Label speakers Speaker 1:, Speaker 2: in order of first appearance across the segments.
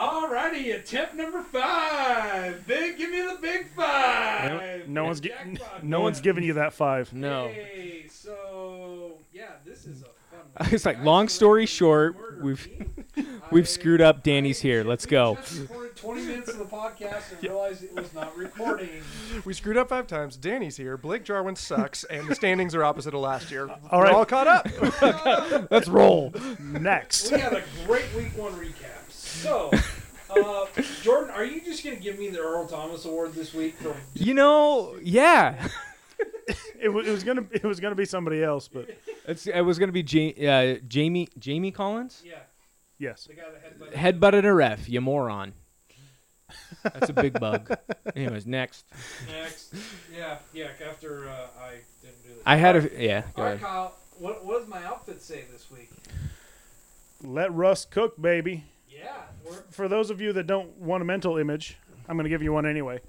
Speaker 1: Alrighty, attempt number five. Big, give me the big five.
Speaker 2: No one's
Speaker 1: Jackpot
Speaker 2: getting. No one's giving you that five.
Speaker 3: No.
Speaker 1: Hey, so yeah, this is a fun. one.
Speaker 3: It's like
Speaker 1: Guys,
Speaker 3: long story
Speaker 1: murder
Speaker 3: short, we've we've screwed up. Danny's here. Let's go.
Speaker 1: Just recorded 20 minutes of the podcast and realized it was not recording.
Speaker 4: We screwed up five times. Danny's here. Blake Jarwin sucks, and the standings are opposite of last year.
Speaker 2: All
Speaker 4: All
Speaker 2: right.
Speaker 4: We're all caught up.
Speaker 3: Let's roll.
Speaker 2: Next.
Speaker 1: We had a great week one recap. So, uh, Jordan, are you just going to give me the Earl Thomas Award this week? For,
Speaker 3: You know, yeah.
Speaker 2: It was, it was gonna. It was gonna be somebody else, but
Speaker 3: It's, it was gonna be ja- uh, Jamie Jamie Collins.
Speaker 1: yeah,
Speaker 2: yes.
Speaker 1: the guy that had
Speaker 3: Headbutted a ref, you moron. That's a big bug. Anyways, next.
Speaker 1: next. Yeah, yeah. After uh, I didn't do this,
Speaker 3: I had a yeah. Go
Speaker 1: All right,
Speaker 3: ahead.
Speaker 1: Kyle. What, what does my outfit say this week?
Speaker 2: Let Rust cook, baby.
Speaker 1: Yeah, we're,
Speaker 2: For those of you that don't want a mental image, I'm gonna give you one anyway.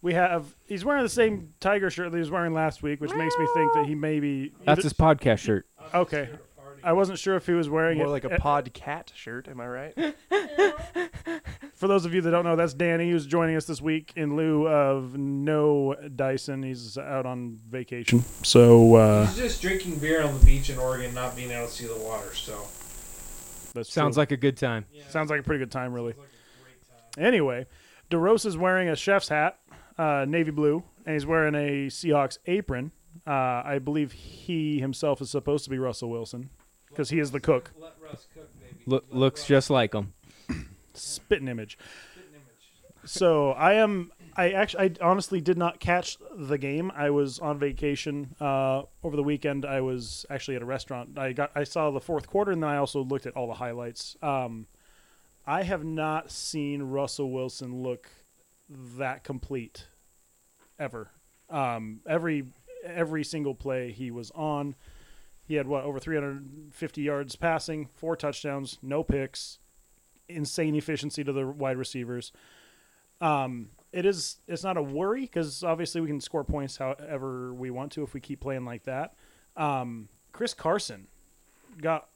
Speaker 2: We have. He's wearing the same tiger shirt that he was wearing last week, which makes me think that he maybe.
Speaker 3: That's his podcast shirt.
Speaker 1: I'm
Speaker 2: Okay.
Speaker 1: here to party.
Speaker 2: I wasn't sure if he was wearing
Speaker 4: More
Speaker 2: it.
Speaker 4: like a
Speaker 2: Uh,
Speaker 4: podcat shirt. Am I right?
Speaker 2: For those of you that don't know, that's Danny who's joining us this week in lieu of no Dyson. He's out on vacation. So uh,
Speaker 1: He's just drinking beer on the beach in Oregon, not being able to see the water. So
Speaker 2: that's
Speaker 3: Sounds
Speaker 2: true.
Speaker 3: like a good time.
Speaker 1: yeah,
Speaker 2: sounds like a pretty good time, really.
Speaker 1: sounds like a great time.
Speaker 2: Anyway, DeRose is wearing a chef's hat, uh, navy blue, and he's wearing a Seahawks apron. Uh, I believe he himself is supposed to be Russell Wilson because he is the cook.
Speaker 1: Let Russ cook, baby.
Speaker 3: Loo-
Speaker 1: Let
Speaker 3: looks
Speaker 1: Russ
Speaker 3: just like him.
Speaker 2: Spitting image.
Speaker 1: spit an image.
Speaker 2: so I am. I actually, I honestly did not catch the game. I was on vacation uh, over the weekend. I was actually at a restaurant. I got, I saw the fourth quarter, and then I also looked at all the highlights. Um, I have not seen Russell Wilson look that complete ever. Um, every every single play he was on, he had what over 350 yards passing, four touchdowns, no picks, insane efficiency to the wide receivers um, it is it's not a worry because obviously we can score points however we want to if we keep playing like that. Um, Chris Carson got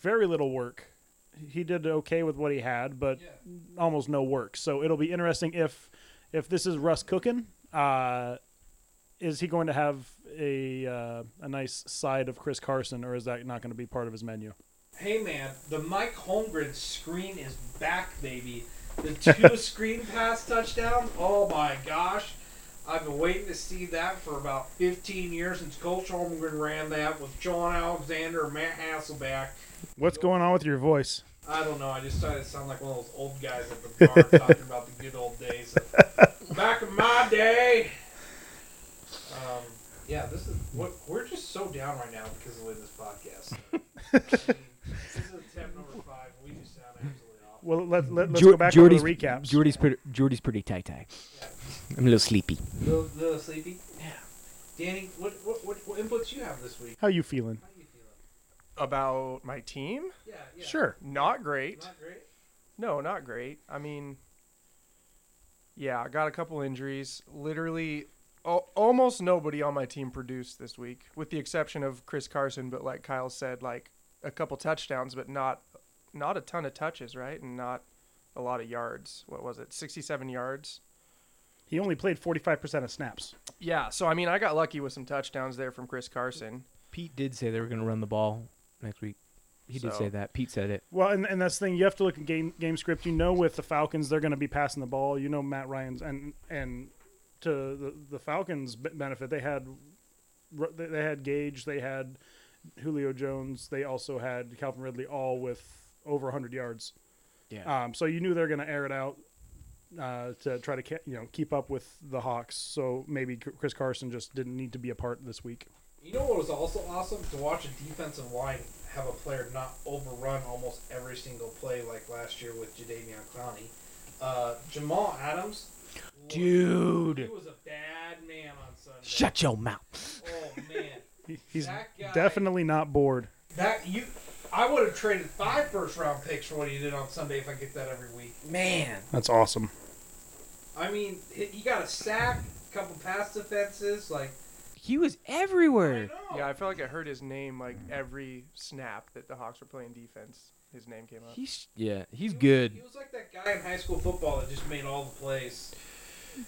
Speaker 2: very little work. He did okay with what he had, but
Speaker 1: Yeah.
Speaker 2: almost no work. So it'll be interesting if if this is Russ cooking. Uh, is he going to have a uh, a nice side of Chris Carson, or is that not going to be part of his menu?
Speaker 1: Hey man, the Mike Holmgren screen is back, baby. The two screen pass touchdown. Oh my gosh. I've been waiting to see that for about 15 years since Coach Holmgren ran that with John Alexander and Matt Hasselback.
Speaker 2: What's going on with your voice?
Speaker 1: I don't know. I just started to sound like one of those old guys at the bar talking about the good old days. of back in my day. Um, yeah, this is what we're just so down right now because of the way this podcast. started. I mean, this is attempt number five. We just sound absolutely awful.
Speaker 2: Well, let, let, let's
Speaker 3: Jor-
Speaker 2: go back
Speaker 3: Jordy's-
Speaker 2: over the recaps.
Speaker 3: Jordy's pretty, Jordy's pretty tight tie. I'm a little sleepy.
Speaker 1: Little, little sleepy. Yeah. Danny, what, what what what inputs you have this week?
Speaker 2: How you feeling?
Speaker 1: How you feeling?
Speaker 4: About my team?
Speaker 1: Yeah. yeah.
Speaker 2: Sure.
Speaker 4: Not great.
Speaker 1: Not great.
Speaker 4: No, not great. I mean, yeah, I got a couple injuries. Literally, al- almost nobody on my team produced this week, with the exception of Chris Carson. But like Kyle said, like a couple touchdowns, but not not a ton of touches, right? And not a lot of yards. What was it? Sixty-seven yards.
Speaker 2: He only played 45% of snaps.
Speaker 4: Yeah. So I mean, I got lucky with some touchdowns there from Chris Carson.
Speaker 3: Pete did say they were going to run the ball next week. He did
Speaker 4: So-
Speaker 3: say that. Pete said it.
Speaker 2: Well, and, and that's the thing. You have to look at game game script. You know, with the Falcons, they're going to be passing the ball. You know, Matt Ryan's and and to the, the Falcons' b- benefit, they had Ru- they they had Gage, they had Julio Jones, they also had Calvin Ridley, all with over 100 yards.
Speaker 3: Yeah.
Speaker 2: Um, so you knew they're going to air it out uh, to try to ca- you know keep up with the Hawks. So maybe C- Chris Carson just didn't need to be a part this week.
Speaker 1: You know what was also awesome to watch a defensive line have a player not overrun almost every single play like last year with Jadavion Clowney. Uh, Jamal Adams, he
Speaker 3: Dude,
Speaker 1: was a bad man on Sunday.
Speaker 3: shut your mouth.
Speaker 1: Oh man,
Speaker 2: He- He's
Speaker 1: That guy-
Speaker 2: definitely not bored.
Speaker 1: that you, I would have traded five first round picks for what he did on Sunday if I get that every week. Man,
Speaker 2: That's awesome.
Speaker 1: I mean, he he got a sack, a couple pass defenses, like.
Speaker 3: He was
Speaker 1: I
Speaker 3: everywhere.
Speaker 1: know.
Speaker 2: Oh.
Speaker 4: Yeah, I felt like I heard his name like every snap that the Hawks were playing defense. his name came up.
Speaker 3: He's yeah, he's
Speaker 1: He was-
Speaker 3: good.
Speaker 1: He was like that guy in high school football that just made all the plays. Uh,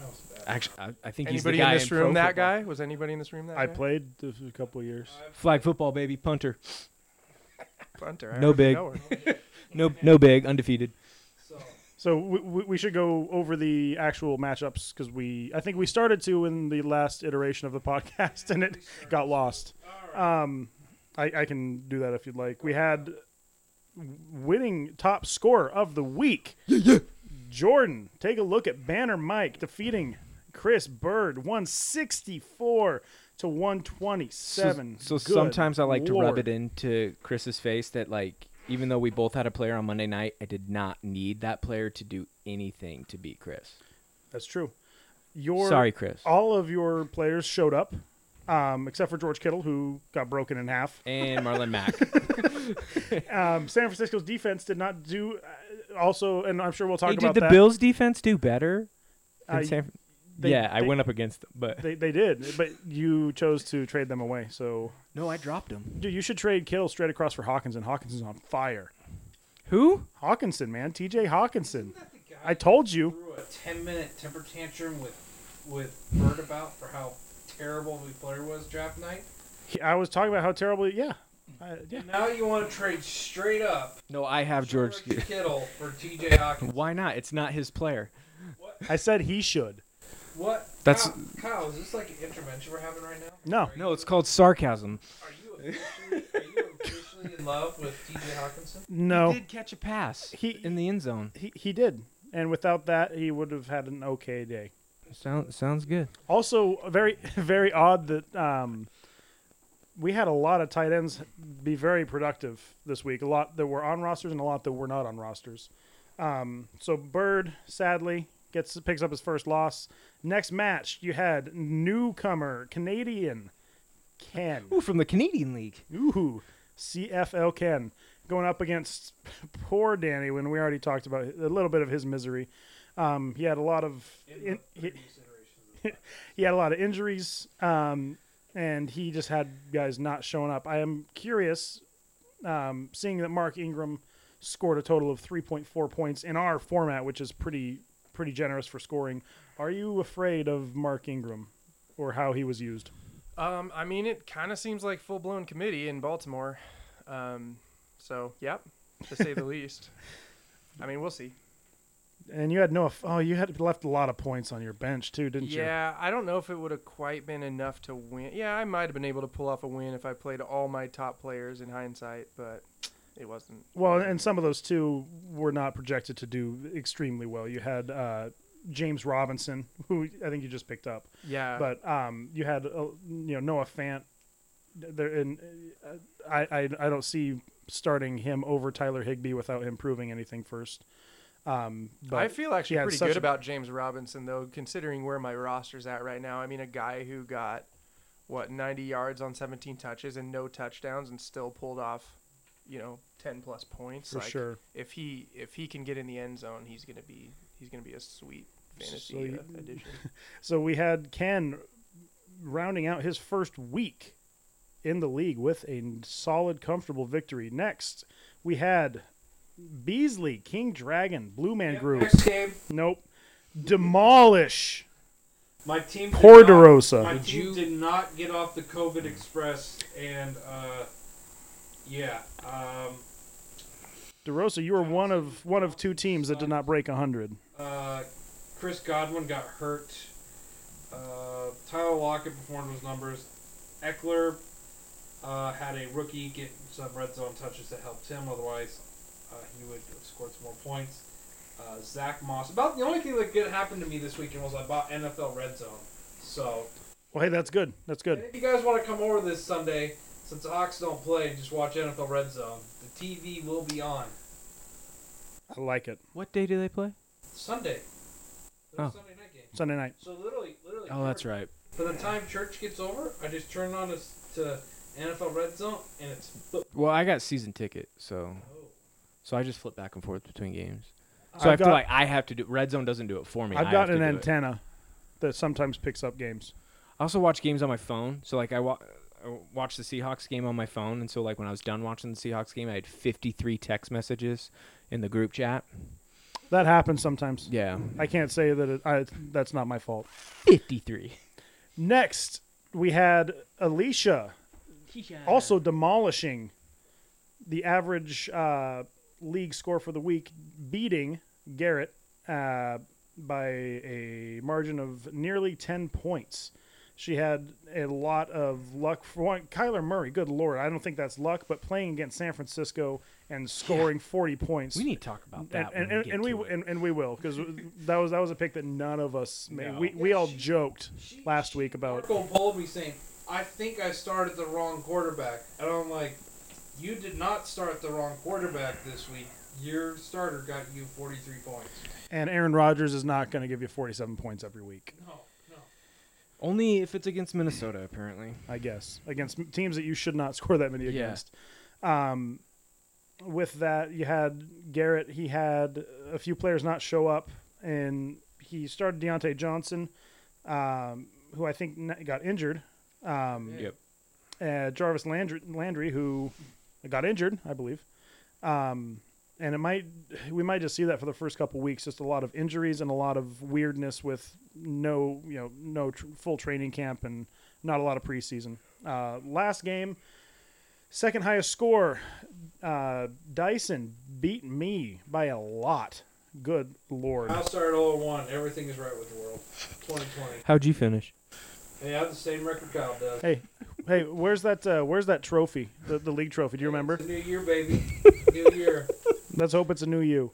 Speaker 1: that was bad.
Speaker 3: Actually, I, I think he's the
Speaker 4: Anybody
Speaker 3: guy
Speaker 4: in this
Speaker 3: pro
Speaker 4: room that
Speaker 3: football.
Speaker 4: guy? Was anybody in this room that
Speaker 2: I
Speaker 4: guy?
Speaker 2: played this a couple of years.
Speaker 3: Flag football baby punter.
Speaker 4: Punter. I
Speaker 3: No
Speaker 4: already
Speaker 3: big.
Speaker 4: know her.
Speaker 3: No no big undefeated.
Speaker 1: So
Speaker 2: So we, we we should go over the actual matchups because we I think we started to in the last iteration of the podcast and it got lost.
Speaker 3: Uh,
Speaker 2: Um, I, I can do that if you'd like. We had winning top scorer of the week. Jordan, take a look at Banner Mike defeating Chris Bird 164 to 127.
Speaker 3: So, so
Speaker 2: Good
Speaker 3: sometimes I like to rub
Speaker 2: lord.
Speaker 3: it into Chris's face that like even though we both had a player on Monday night, I did not need that player to do anything to beat Chris.
Speaker 2: That's true. Your
Speaker 3: Sorry, Chris.
Speaker 2: all of your players showed up, um, except for George Kittle, who got broken in half.
Speaker 3: and Marlon Mack.
Speaker 2: Um, San Francisco's defense did not do. Uh, also, and I'm sure we'll talk
Speaker 3: Hey,
Speaker 2: about
Speaker 3: did the
Speaker 2: that.
Speaker 3: Bills defense do better? than
Speaker 2: I-
Speaker 3: San Fran-
Speaker 2: they-
Speaker 3: yeah, I
Speaker 2: they-
Speaker 3: went up against them, but
Speaker 2: They, they did, but you chose to trade them away. So,
Speaker 3: no, I dropped them.
Speaker 2: dude, you should trade Kittle straight across for Hawkinson. Hawkinson's on fire.
Speaker 3: Who?
Speaker 2: Hawkinson, man, T.J. Hawkinson.
Speaker 1: Isn't that the guy
Speaker 2: I told
Speaker 1: who
Speaker 2: you.
Speaker 1: threw a ten-minute temper tantrum with with Bird about for how terrible the player was draft night.
Speaker 2: He- I was talking about how terrible. Yeah, I, yeah.
Speaker 1: And now you want to trade straight up
Speaker 3: No, I have George.
Speaker 1: George Kittle for T.J. Hawkins.
Speaker 3: Why not? It's not his player.
Speaker 1: What?
Speaker 2: I said he should.
Speaker 1: What?
Speaker 3: That's-
Speaker 1: Kyle, Kyle, is this like an intervention we're having right now?
Speaker 2: No.
Speaker 1: Are
Speaker 3: No,
Speaker 1: you-
Speaker 3: it's called sarcasm.
Speaker 1: Are you officially, are you officially in love with T.J. Hawkinson?
Speaker 2: No,
Speaker 3: He did catch a pass
Speaker 2: He-
Speaker 3: in the end zone.
Speaker 2: he he did, and without that, he would have had an okay day.
Speaker 3: Sound, sounds good.
Speaker 2: Also, very very odd that um, we had a lot of tight ends be very productive this week. A lot that were on rosters and a lot that were not on rosters. Um, so Bird sadly gets picks up his first loss. Next match, you had newcomer Canadian Ken.
Speaker 3: Ooh, from the Canadian League.
Speaker 2: Ooh, CFL Ken going up against poor Danny. When we already talked about a little bit of his misery, um, he had a lot of
Speaker 1: In
Speaker 2: in-
Speaker 1: the
Speaker 2: he,
Speaker 1: previous iterations of
Speaker 2: he had a lot of injuries, um, and he just had guys not showing up. I am curious, um, seeing that Mark Ingram scored a total of 3.4 points in our format, which is pretty pretty generous for scoring. Are you afraid of Mark Ingram or how he was used?
Speaker 4: Um, I mean, it kind of seems like full blown committee in Baltimore. Um, so, yep, to say the least. I mean, we'll see.
Speaker 2: And you had no, oh, you had left a lot of points on your bench too, didn't you?
Speaker 4: Yeah, I don't know if it would have quite been enough to win. Yeah, I might have been able to pull off a win if I played all my top players in hindsight, but it wasn't.
Speaker 2: Well, and some of those two were not projected to do extremely well. You had uh, James Robinson, who I think you just picked up,
Speaker 4: Yeah,
Speaker 2: but um, you had uh, you know Noah Fant. There, and uh, I, I I don't see starting him over Tyler Higbee without him proving anything first. Um, but
Speaker 4: I feel actually
Speaker 2: yeah,
Speaker 4: pretty
Speaker 2: such
Speaker 4: good
Speaker 2: a-
Speaker 4: about James Robinson though, considering where my roster's at right now. I mean, a guy who got what 90 yards on 17 touches and no touchdowns, and still pulled off, you know, 10 plus points.
Speaker 2: for
Speaker 4: like,
Speaker 2: sure.
Speaker 4: If he if he can get in the end zone, he's gonna be he's gonna be a sweet
Speaker 2: So
Speaker 4: fantasy
Speaker 2: you-
Speaker 4: uh, addition.
Speaker 2: So we had Ken rounding out his first week in the league with a solid, comfortable victory. Next, we had Beasley, King Dragon, Blue Man
Speaker 1: Yep,
Speaker 2: Group.
Speaker 1: Next game,
Speaker 2: Nope. Demolish
Speaker 1: my team. did not- My
Speaker 2: Porderosa.
Speaker 3: Would
Speaker 1: team
Speaker 3: you-
Speaker 1: did not get off the COVID express, and uh, yeah, um,
Speaker 2: DeRosa, you were one of one of two teams that did not break hundred.
Speaker 1: uh, Chris Godwin got hurt. Uh, Tyler Lockett performed his numbers. Eckler uh, had a rookie get some red zone touches that helped him. Otherwise, uh, he would have scored some more points. Uh, Zach Moss. About the only thing that good happened to me this weekend was I bought NFL Red Zone. So
Speaker 2: Well, hey, that's good. That's good.
Speaker 1: And if you guys want to come over this Sunday, since the Hawks don't play, just watch NFL Red Zone. The TV will be on
Speaker 2: I like it.
Speaker 3: What day do they play?
Speaker 1: Sunday. There's
Speaker 3: Oh.
Speaker 1: a Sunday night game.
Speaker 2: Sunday night.
Speaker 1: So literally, literally.
Speaker 3: Oh, that's
Speaker 1: church-
Speaker 3: right.
Speaker 1: By the time church gets over, I just turn on to, to NFL Red Zone, and it's football.
Speaker 3: Well, I got season ticket, so so I just flip back and forth between games. So
Speaker 2: I've
Speaker 3: I feel
Speaker 2: got-
Speaker 3: like I have to do. Red Zone doesn't do it for me. I
Speaker 2: I've
Speaker 3: have
Speaker 2: got
Speaker 3: to
Speaker 2: an
Speaker 3: do it.
Speaker 2: antenna that sometimes picks up games.
Speaker 3: I also watch games on my phone. So like I wa- uh, watched the Seahawks game on my phone, and so like when I was done watching the Seahawks game, I had 53 text messages in the group chat.
Speaker 2: That happens sometimes.
Speaker 3: Yeah,
Speaker 2: I can't say that it, I, that's not my fault.
Speaker 3: 53.
Speaker 2: Next, we had Alicia also demolishing the average uh, league score for the week, beating Garrett uh, by a margin of nearly 10 points. She had a lot of luck. For one, Kyler Murray, good lord, I don't think that's luck, but playing against San Francisco and scoring 40 points.
Speaker 3: We need to talk about that.
Speaker 2: and,
Speaker 3: when
Speaker 2: and,
Speaker 3: we
Speaker 2: and we
Speaker 3: get to it.
Speaker 2: and, and we will because that was that was a pick that none of us made.
Speaker 1: No.
Speaker 2: We, we all
Speaker 1: She-
Speaker 2: joked
Speaker 1: she-
Speaker 2: last
Speaker 1: she-
Speaker 2: week about
Speaker 1: Marco pulled me saying, "I think I started the wrong quarterback," and I'm like, "You did not start the wrong quarterback this week. Your starter got you 43 points."
Speaker 2: and Aaron Rodgers is not going to give you 47 points every week.
Speaker 1: No, no.
Speaker 3: only if it's against Minnesota, apparently.
Speaker 2: I guess, against m- teams that you should not score that many
Speaker 3: Yeah.
Speaker 2: against. Um, with that, you had Garrett. He had a few players not show up, and he started Deontay Johnson, um, who I think n- got injured. Um,
Speaker 1: Yep.
Speaker 2: uh, Jarvis Landry, Landry, who got injured, I believe. Um, and it might we might just see that for the first couple weeks, just a lot of injuries and a lot of weirdness with no you know no tr- full training camp and not a lot of preseason. Uh, last game, second highest score, uh, Dyson beat me by a lot. Good lord.
Speaker 1: I started 0-1. Everything is right with the world. 2020.
Speaker 3: How'd you finish?
Speaker 1: Hey, I have the same record Kyle does.
Speaker 2: Hey, hey, where's that? Uh, where's that trophy? The, the league trophy? Do you remember?
Speaker 1: It's a new year, baby. new year.
Speaker 2: Let's hope it's a new you.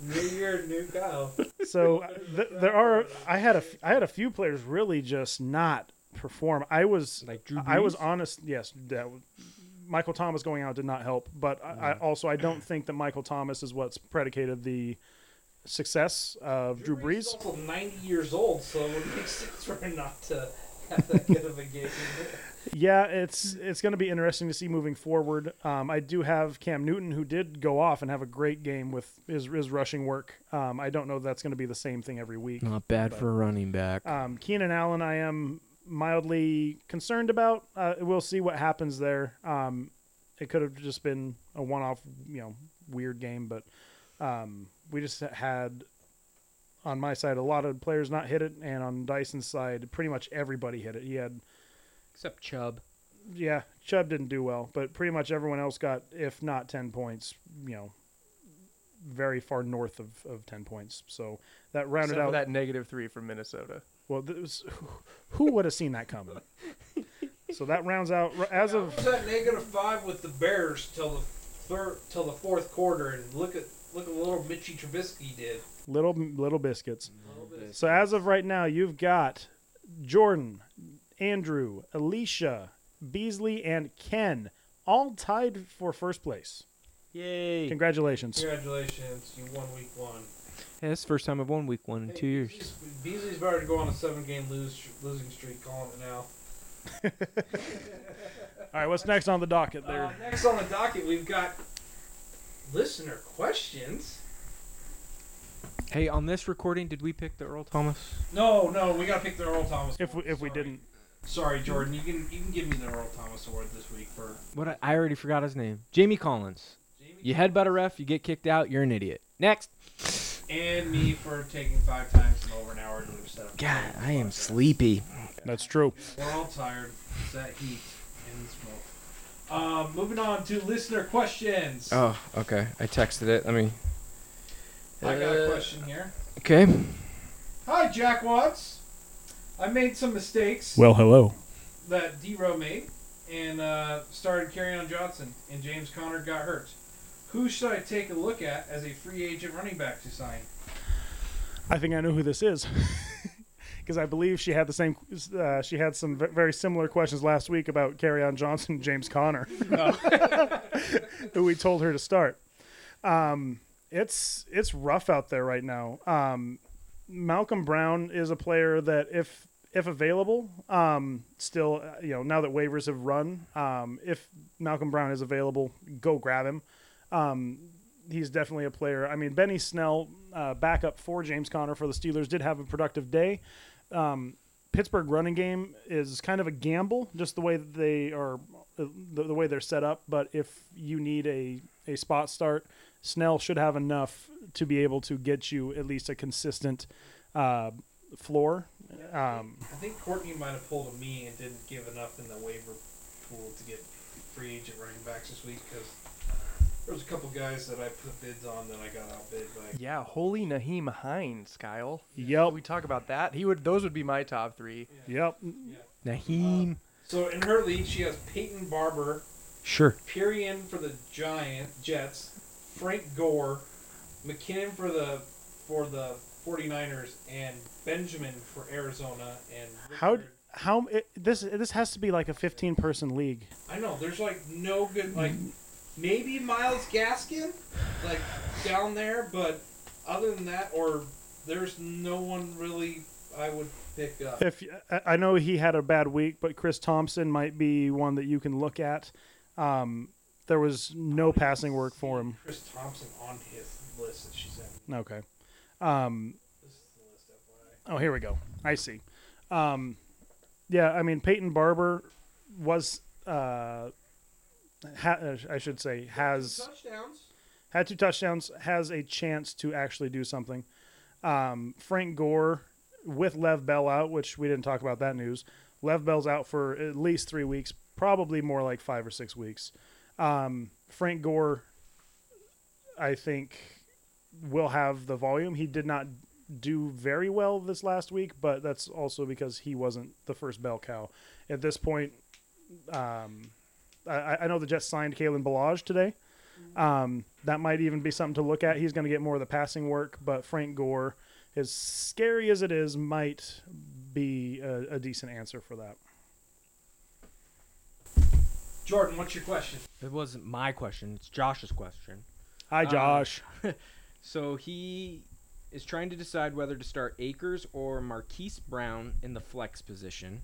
Speaker 1: New year, new Kyle.
Speaker 2: so uh, th- there are i had a f- i had a few players really just not perform i was
Speaker 3: Like Drew
Speaker 2: i was
Speaker 3: Brees?
Speaker 2: honest yes that w- michael thomas going out did not help but I, I also i don't think that michael thomas is what's predicated the success of drew brees
Speaker 1: is also 90 years old, so it would make sense for him not to have that good of a game.
Speaker 2: yeah it's it's going to be interesting to see moving forward um, i do have cam newton who did go off and have a great game with his, his rushing work um, i don't know that's going to be the same thing every week
Speaker 3: Not bad for a running back.
Speaker 2: Um, Keenan Allen, I am mildly concerned about. Uh, we'll see what happens there. Um, it could have just been a one-off, you know, weird game, but um, we just had on my side a lot of players not hit it, and on Dyson's side, pretty much everybody hit it. He had,
Speaker 3: Except Chubb.
Speaker 2: yeah, Chubb didn't do well, but pretty much everyone else got, if not ten points, you know, very far north of, of ten points. So that rounded
Speaker 4: Except for
Speaker 2: out
Speaker 4: that negative three from Minnesota.
Speaker 2: Well, th- was, who would have seen that coming? so that rounds out as
Speaker 1: I
Speaker 2: of
Speaker 1: was at negative five with the Bears till the third, till the fourth quarter, and look at look at little Mitchy Trubisky did.
Speaker 2: little little biscuits.
Speaker 1: A little bit.
Speaker 2: So as of right now, you've got Jordan, Andrew, Alicia, Beasley, and Ken all tied for first place.
Speaker 3: Yay.
Speaker 2: Congratulations!
Speaker 1: Congratulations, you won week one.
Speaker 3: Yeah, that's the first time I've won week one in
Speaker 1: Hey,
Speaker 3: two years.
Speaker 1: Beasley's- Beasley's about to go on a seven-game lose, losing streak. Calling it now.
Speaker 2: All right, what's next on the docket there?
Speaker 1: Uh, next on the docket, we've got listener questions.
Speaker 3: Hey, on this recording, did we pick the Earl Thomas?
Speaker 1: No, no, we gotta pick the Earl Thomas.
Speaker 2: if we,
Speaker 1: Award.
Speaker 2: if we
Speaker 1: Sorry.
Speaker 2: didn't,
Speaker 1: sorry, Jordan, you can you can give me the Earl Thomas Award this week for
Speaker 3: What? I, I already forgot his name. Jamie Collins.
Speaker 1: Jamie
Speaker 3: You headbutt a ref, you get kicked out, you're an idiot. Next.
Speaker 1: and me for taking five times in over an hour to live seven.
Speaker 3: God, I am sleepy.
Speaker 2: that's true.
Speaker 1: We're all tired. It's that heat and the smoke. Um, moving on to listener questions.
Speaker 3: Oh, okay. I texted it. Let me.
Speaker 1: I got a
Speaker 3: Uh,
Speaker 1: question here.
Speaker 3: Okay.
Speaker 1: Hi, Jack Watts. I made some mistakes
Speaker 2: Well, hello.
Speaker 1: that D-Row made and uh, started on Johnson, and James Conner got hurt. Who should I take a look at as a free agent running back to sign?
Speaker 2: I think I know who this is. Because I believe she had the same, uh, she had some ve- very similar questions last week about Carry On Johnson, and James Connor, who we told her to start. Um, it's it's rough out there right now. Um, Malcolm Brown is a player that, if if available, um, still uh, you know now that waivers have run, um, if Malcolm Brown is available, go grab him he's definitely a player. I mean, Benny Snell, uh, backup for James Conner for the Steelers, did have a productive day. Um, Pittsburgh running game is kind of a gamble, just the way that they are, the, the way they're set up. But if you need a, a spot start, Snell should have enough to be able to get you at least a consistent uh, floor. Um,
Speaker 1: I think Courtney might have pulled a me and didn't give enough in the waiver pool to get free agent running backs this week because there was a couple guys that I put bids on that I got outbid by.
Speaker 4: Yeah, holy Naheem Hines, Kyle.
Speaker 2: yep,
Speaker 4: We talk about that. He would. Those would be my top three.
Speaker 2: yep.
Speaker 3: Naheem.
Speaker 1: So in her league, she has Peyton Barber,
Speaker 3: Sure.
Speaker 1: Pyrian for the Giant Jets, Frank Gore, McKinnon for the for the 49ers, and Benjamin for Arizona. And
Speaker 2: How
Speaker 1: Richard-
Speaker 2: how it, this this has to be like a fifteen person league.
Speaker 1: I know there's like no good
Speaker 2: Mm.
Speaker 1: like maybe Miles Gaskin like down there, but other than that, or there's no one really I would pick up.
Speaker 2: If I- I know he had a bad week, but Chris Thompson might be one that you can look at. Um, there was no passing work for him.
Speaker 1: Chris Thompson on his list that she sent. me.
Speaker 2: Okay. Um,
Speaker 1: This is the list FYI.
Speaker 2: Oh, here we go. I see. Um, yeah, I mean Peyton Barber was uh, ha- uh, I should say has
Speaker 1: touchdowns.
Speaker 2: had two touchdowns, has a chance to actually do something. Um, Frank Gore with Lev Bell out, which we didn't talk about that news. Lev Bell's out for at least three weeks, probably more like five or six weeks. Um, Frank Gore, I think, will have the volume. He did not do very well this last week, but that's also because he wasn't the first bell cow. At this point, um, I- I, I know the Jets signed Kalen Balaj today. Um, that might even be something to look at. He's going to get more of the passing work, but Frank Gore, as scary as it is, might be a, a decent answer for that.
Speaker 1: Jordan, what's your question?
Speaker 3: It wasn't my question. It's Josh's question.
Speaker 2: Hi,
Speaker 3: Um,
Speaker 2: Josh.
Speaker 3: So he is trying to decide whether to start Akers or Marquise Brown in the flex position.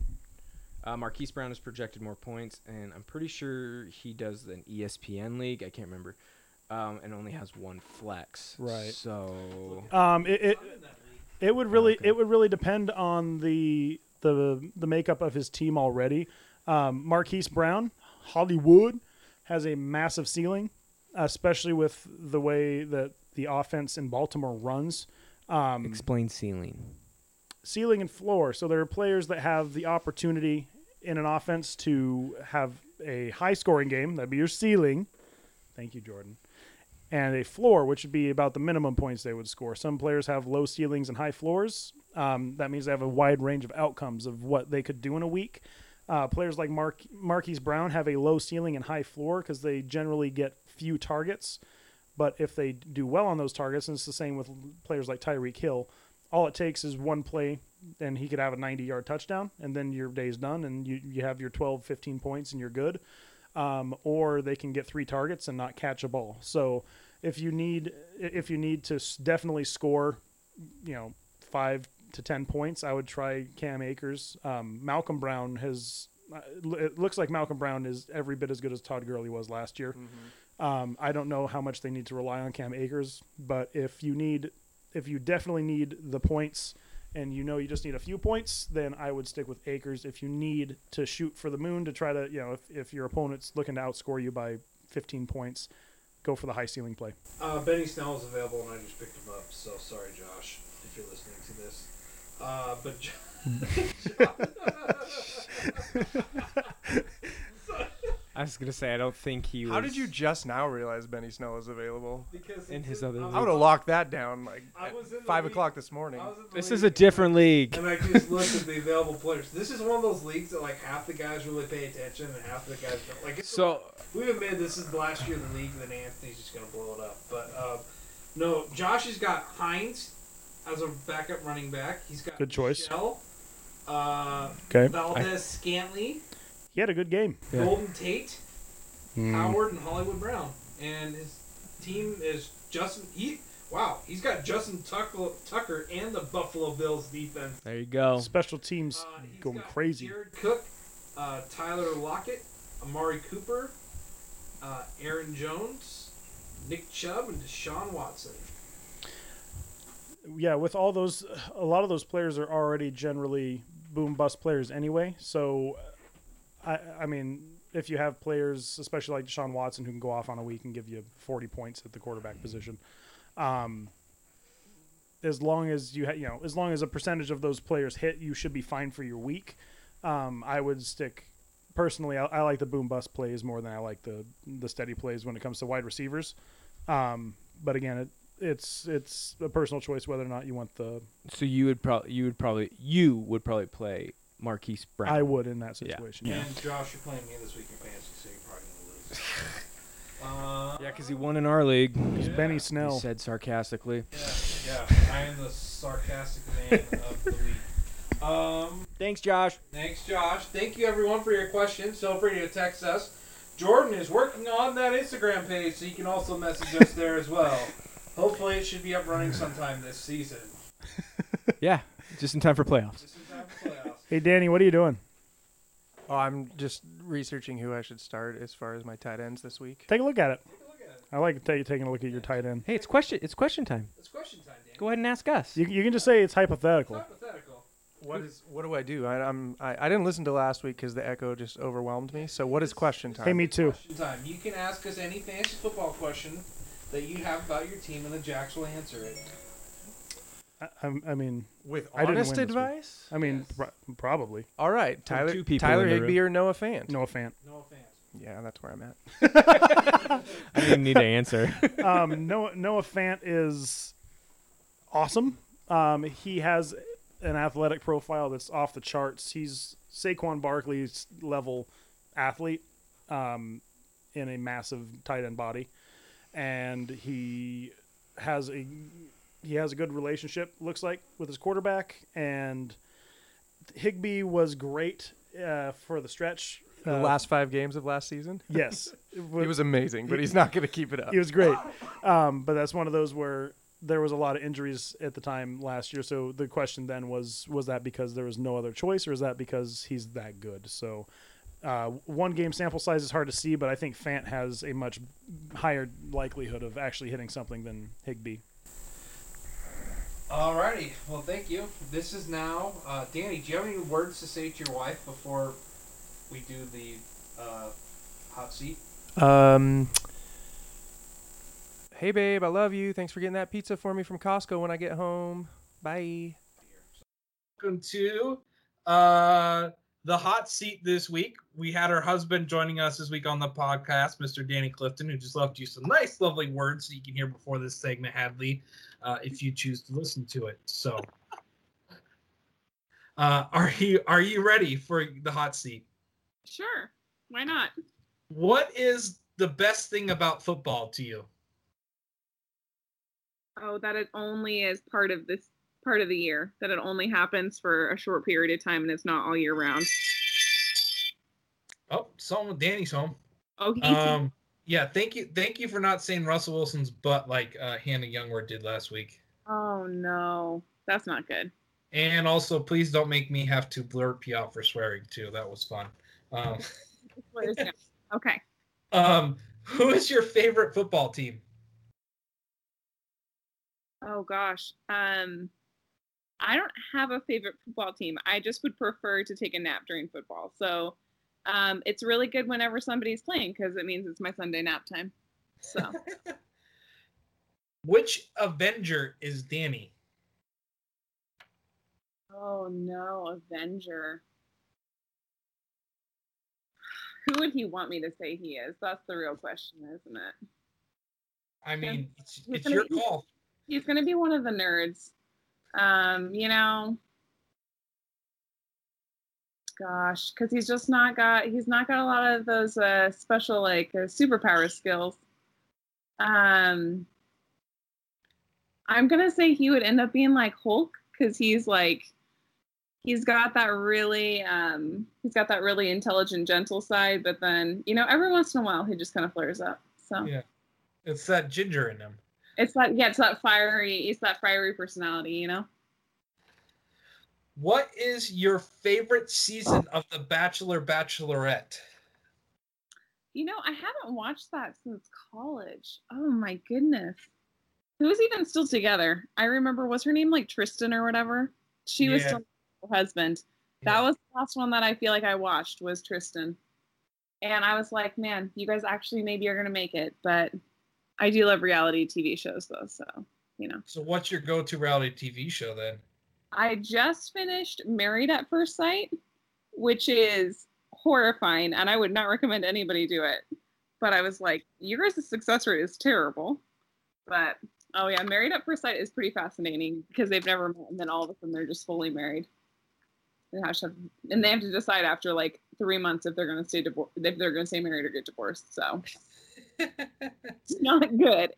Speaker 3: Uh, Marquise Brown has projected more points, and I'm pretty sure he does an E ESPN league. I can't remember, um, and only has one flex.
Speaker 2: Right.
Speaker 3: So
Speaker 2: um, it, it
Speaker 1: I'm in that league.
Speaker 2: it would really
Speaker 3: Okay.
Speaker 2: it would really depend on the the the makeup of his team already. Um, Marquise Brown, Hollywood, has a massive ceiling, especially with the way that the offense in Baltimore runs. Um,
Speaker 3: explain ceiling.
Speaker 2: ceiling and floor. So there are players that have the opportunity in an offense to have a high scoring game. That'd be your ceiling. Thank you, Jordan. And a floor, which would be about the minimum points they would score. Some players have low ceilings and high floors. Um, that means they have a wide range of outcomes of what they could do in a week. Uh, players like Mark Marquise Brown have a low ceiling and high floor because they generally get few targets. But if they do well on those targets, and it's the same with players like Tyreek Hill, all it takes is one play and he could have a 90 yard touchdown and then your day's done and you, you have your 12 15 points and you're good um, or they can get three targets and not catch a ball so if you need if you need to s- definitely score you know five to ten points i would try cam akers um, malcolm brown has uh, it looks like malcolm brown is every bit as good as todd Gurley was last year um, I don't know how much they need to rely on Cam Akers, but if you need, if you definitely need the points, and you know you just need a few points, then I would stick with Akers. If you need to shoot for the moon to try to, you know, if, if your opponent's looking to outscore you by 15 points, go for the high ceiling play.
Speaker 1: Uh, Benny Snell is available, and I just picked him up. So sorry, Josh, if you're listening to this. Uh, but Jo-
Speaker 3: I was gonna say I don't think he.
Speaker 4: How did you just now realize Benny Snell is available?
Speaker 1: because
Speaker 3: In
Speaker 1: it's
Speaker 3: his
Speaker 1: in-
Speaker 3: other
Speaker 1: I
Speaker 3: league.
Speaker 4: I would have locked that down like
Speaker 1: I
Speaker 4: at
Speaker 1: was in the
Speaker 4: five
Speaker 1: league.
Speaker 4: o'clock this morning.
Speaker 1: I was in the
Speaker 3: This
Speaker 1: league,
Speaker 3: is a different league.
Speaker 1: And I just looked at the available players. This is one of those leagues that like half the guys really pay attention and half the guys don't. Like it's
Speaker 3: So
Speaker 1: we admit this is the last year of the league, then Anthony's just gonna blow it up. But uh, no, Josh has got Hines as a backup running back. He's got
Speaker 2: Good choice.
Speaker 1: Michelle, uh,
Speaker 2: Okay.
Speaker 1: Valdez Scantley,
Speaker 2: He had a good game.
Speaker 3: Yeah.
Speaker 1: Golden Tate,
Speaker 3: Hmm.
Speaker 1: Howard, and Hollywood Brown. And his team is Justin. He wow, he's got Justin Tucker, Tucker and the Buffalo Bills defense.
Speaker 3: there you go.
Speaker 2: Special teams
Speaker 1: Uh, he's
Speaker 2: going
Speaker 1: got
Speaker 2: crazy.
Speaker 1: Jared Cook, uh, Tyler Lockett, Amari Cooper, uh, Aaron Jones, Nick Chubb, and Deshaun Watson.
Speaker 2: yeah, with all those, a lot of those players are already generally boom bust players anyway. So, I I mean, if you have players, especially like Deshaun Watson, who can go off on a week and give you 40 points at the quarterback position, um, as long as you ha- you know as long as a percentage of those players hit, you should be fine for your week. Um, I would stick. Personally, I, I like the boom bust plays more than I like the the steady plays when it comes to wide receivers. Um, but again, it, it's it's a personal choice whether or not you want the
Speaker 3: So you would probably you would probably you would probably play Marquise Brown.
Speaker 2: I would in that
Speaker 3: Yeah.
Speaker 2: situation. Yeah.
Speaker 1: And Josh, you're playing me this week in fantasy, so you're probably gonna lose. Uh,
Speaker 3: yeah, because he won in our league.
Speaker 2: It's
Speaker 1: Yeah.
Speaker 2: Benny
Speaker 3: He
Speaker 2: Snell.
Speaker 3: said sarcastically.
Speaker 1: yeah, yeah. I am the sarcastic man of the week. Um,
Speaker 3: Thanks, Josh.
Speaker 1: thanks, Josh. Thank you, everyone, for your questions. Feel free to text us. Jordan is working on that Instagram page, so you can also message us there as well. Hopefully, it should be up running sometime this season.
Speaker 3: yeah, just in time for playoffs.
Speaker 1: Just in time for playoffs.
Speaker 2: Hey Danny, what are you doing?
Speaker 4: Oh, I'm just researching who I should start as far as my tight ends this week.
Speaker 2: Take a look at it.
Speaker 1: Take a look at it.
Speaker 2: I like ta- taking a look at your tight end.
Speaker 3: Hey, it's question it's question time.
Speaker 1: It's question time, Dan.
Speaker 3: Go ahead and ask us.
Speaker 2: You, you can just say it's
Speaker 1: It's
Speaker 2: hypothetical.
Speaker 1: hypothetical.
Speaker 4: What is? What do I do? I, I'm. I, I didn't listen to last week because the echo just overwhelmed me. So what is question time?
Speaker 2: Hey, me too.
Speaker 1: Question time. You can ask us any fantasy football question that you have about your team, and the Jacks will answer it.
Speaker 2: I, I'm- I mean,
Speaker 4: With
Speaker 2: I didn't win
Speaker 4: honest
Speaker 2: this week.
Speaker 4: advice.
Speaker 2: I mean,
Speaker 1: Yes.
Speaker 2: pro- probably
Speaker 4: All right, Tyler.
Speaker 3: two people
Speaker 4: Tyler
Speaker 3: in the
Speaker 4: Higby or Noah Fant.
Speaker 2: no offense.
Speaker 1: No offense.
Speaker 4: Yeah, that's where I'm at.
Speaker 3: I didn't need to answer.
Speaker 2: um, Noah, Noah Fant is awesome. Um, he has an athletic profile that's off the charts. He's Saquon Barkley's level athlete um, in a massive tight end body, and he has a he has a good relationship. Looks like with his quarterback, and Higby was great uh, for the stretch.
Speaker 4: The
Speaker 2: Uh,
Speaker 4: last five games of last season,
Speaker 2: yes,
Speaker 4: he was amazing, but he's not going to keep it up.
Speaker 2: he was great. Um, but that's one of those where there was a lot of injuries at the time last year. So the question then was, was that because there was no other choice, or is that because he's that good? So uh, one game sample size is hard to see, but I think Fant has a much higher likelihood of actually hitting something than Higby.
Speaker 1: Alrighty. Well, thank you. This is now. Uh, Danny, do you have any words to say to your wife before we do the uh, hot seat?
Speaker 4: Um. Hey, babe, I love you. Thanks for getting that pizza for me from Costco when I get home. Bye.
Speaker 1: Welcome to uh, the hot seat this week. We had her husband joining us this week on the podcast, Mr. Danny Clifton, who just left you some nice, lovely words that you can hear before this segment, Hadley, uh, if you choose to listen to it. So, uh, are you are you ready for the hot seat?
Speaker 5: Sure. Why not?
Speaker 1: What is the best thing about football to you?
Speaker 5: Oh, that it only is part of this part of the year. That it only happens for a short period of time and it's not all year round.
Speaker 1: Oh, someone Danny's home.
Speaker 5: Oh, he
Speaker 1: Um, yeah, thank you, thank you for not saying Russell Wilson's butt like uh, Hannah Youngward did last week.
Speaker 5: oh no. That's not good.
Speaker 1: And also, please don't make me have to blurt you out for swearing too. That was fun. Um,
Speaker 5: What is that? okay.
Speaker 1: um, who is your favorite football team?
Speaker 5: Oh gosh. Um I don't have a favorite football team. I just would prefer to take a nap during football. So um it's really good whenever somebody's playing because it means it's my Sunday nap time. So
Speaker 1: Which Avenger is Danny?
Speaker 5: Oh no, Avenger. Who would he want me to say he is? That's the real question, isn't it?
Speaker 1: I mean, it's,
Speaker 5: He's
Speaker 1: it's
Speaker 5: gonna
Speaker 1: your
Speaker 5: be-
Speaker 1: call.
Speaker 5: He's gonna be one of the nerds. Um, you know. Gosh, because he's just not got he's not got a lot of those uh, special like uh, superpower skills. Um, I'm gonna say he would end up being like Hulk because he's like he's got that really um he's got that really intelligent gentle side, but then you know every once in a while he just kind of flares up. So
Speaker 1: Yeah. It's that ginger in him.
Speaker 5: it's that yeah it's that fiery it's that fiery personality, you know.
Speaker 1: What is your favorite season of The Bachelor Bachelorette?
Speaker 5: You know I haven't watched that since college. Oh my goodness, who's even still together? I remember was her name like Tristan or whatever. She was
Speaker 1: Yeah.
Speaker 5: still with her husband. That was the last one that I feel like I watched was Tristan. And I was like, man, you guys actually maybe are going to make it. But I do love reality TV shows, though. So, you know,
Speaker 1: So what's your go-to reality TV show then?
Speaker 5: I just finished Married at First Sight, which is horrifying. And I would not recommend anybody do it. But I was like, you guys' success rate is terrible. But oh, yeah, Married at First Sight is pretty fascinating because they've never met. And then all of a sudden they're just fully married. And, have to have- and they have to decide after like three months if they're going to stay divor- if they're going to stay married or get divorced. So it's not good.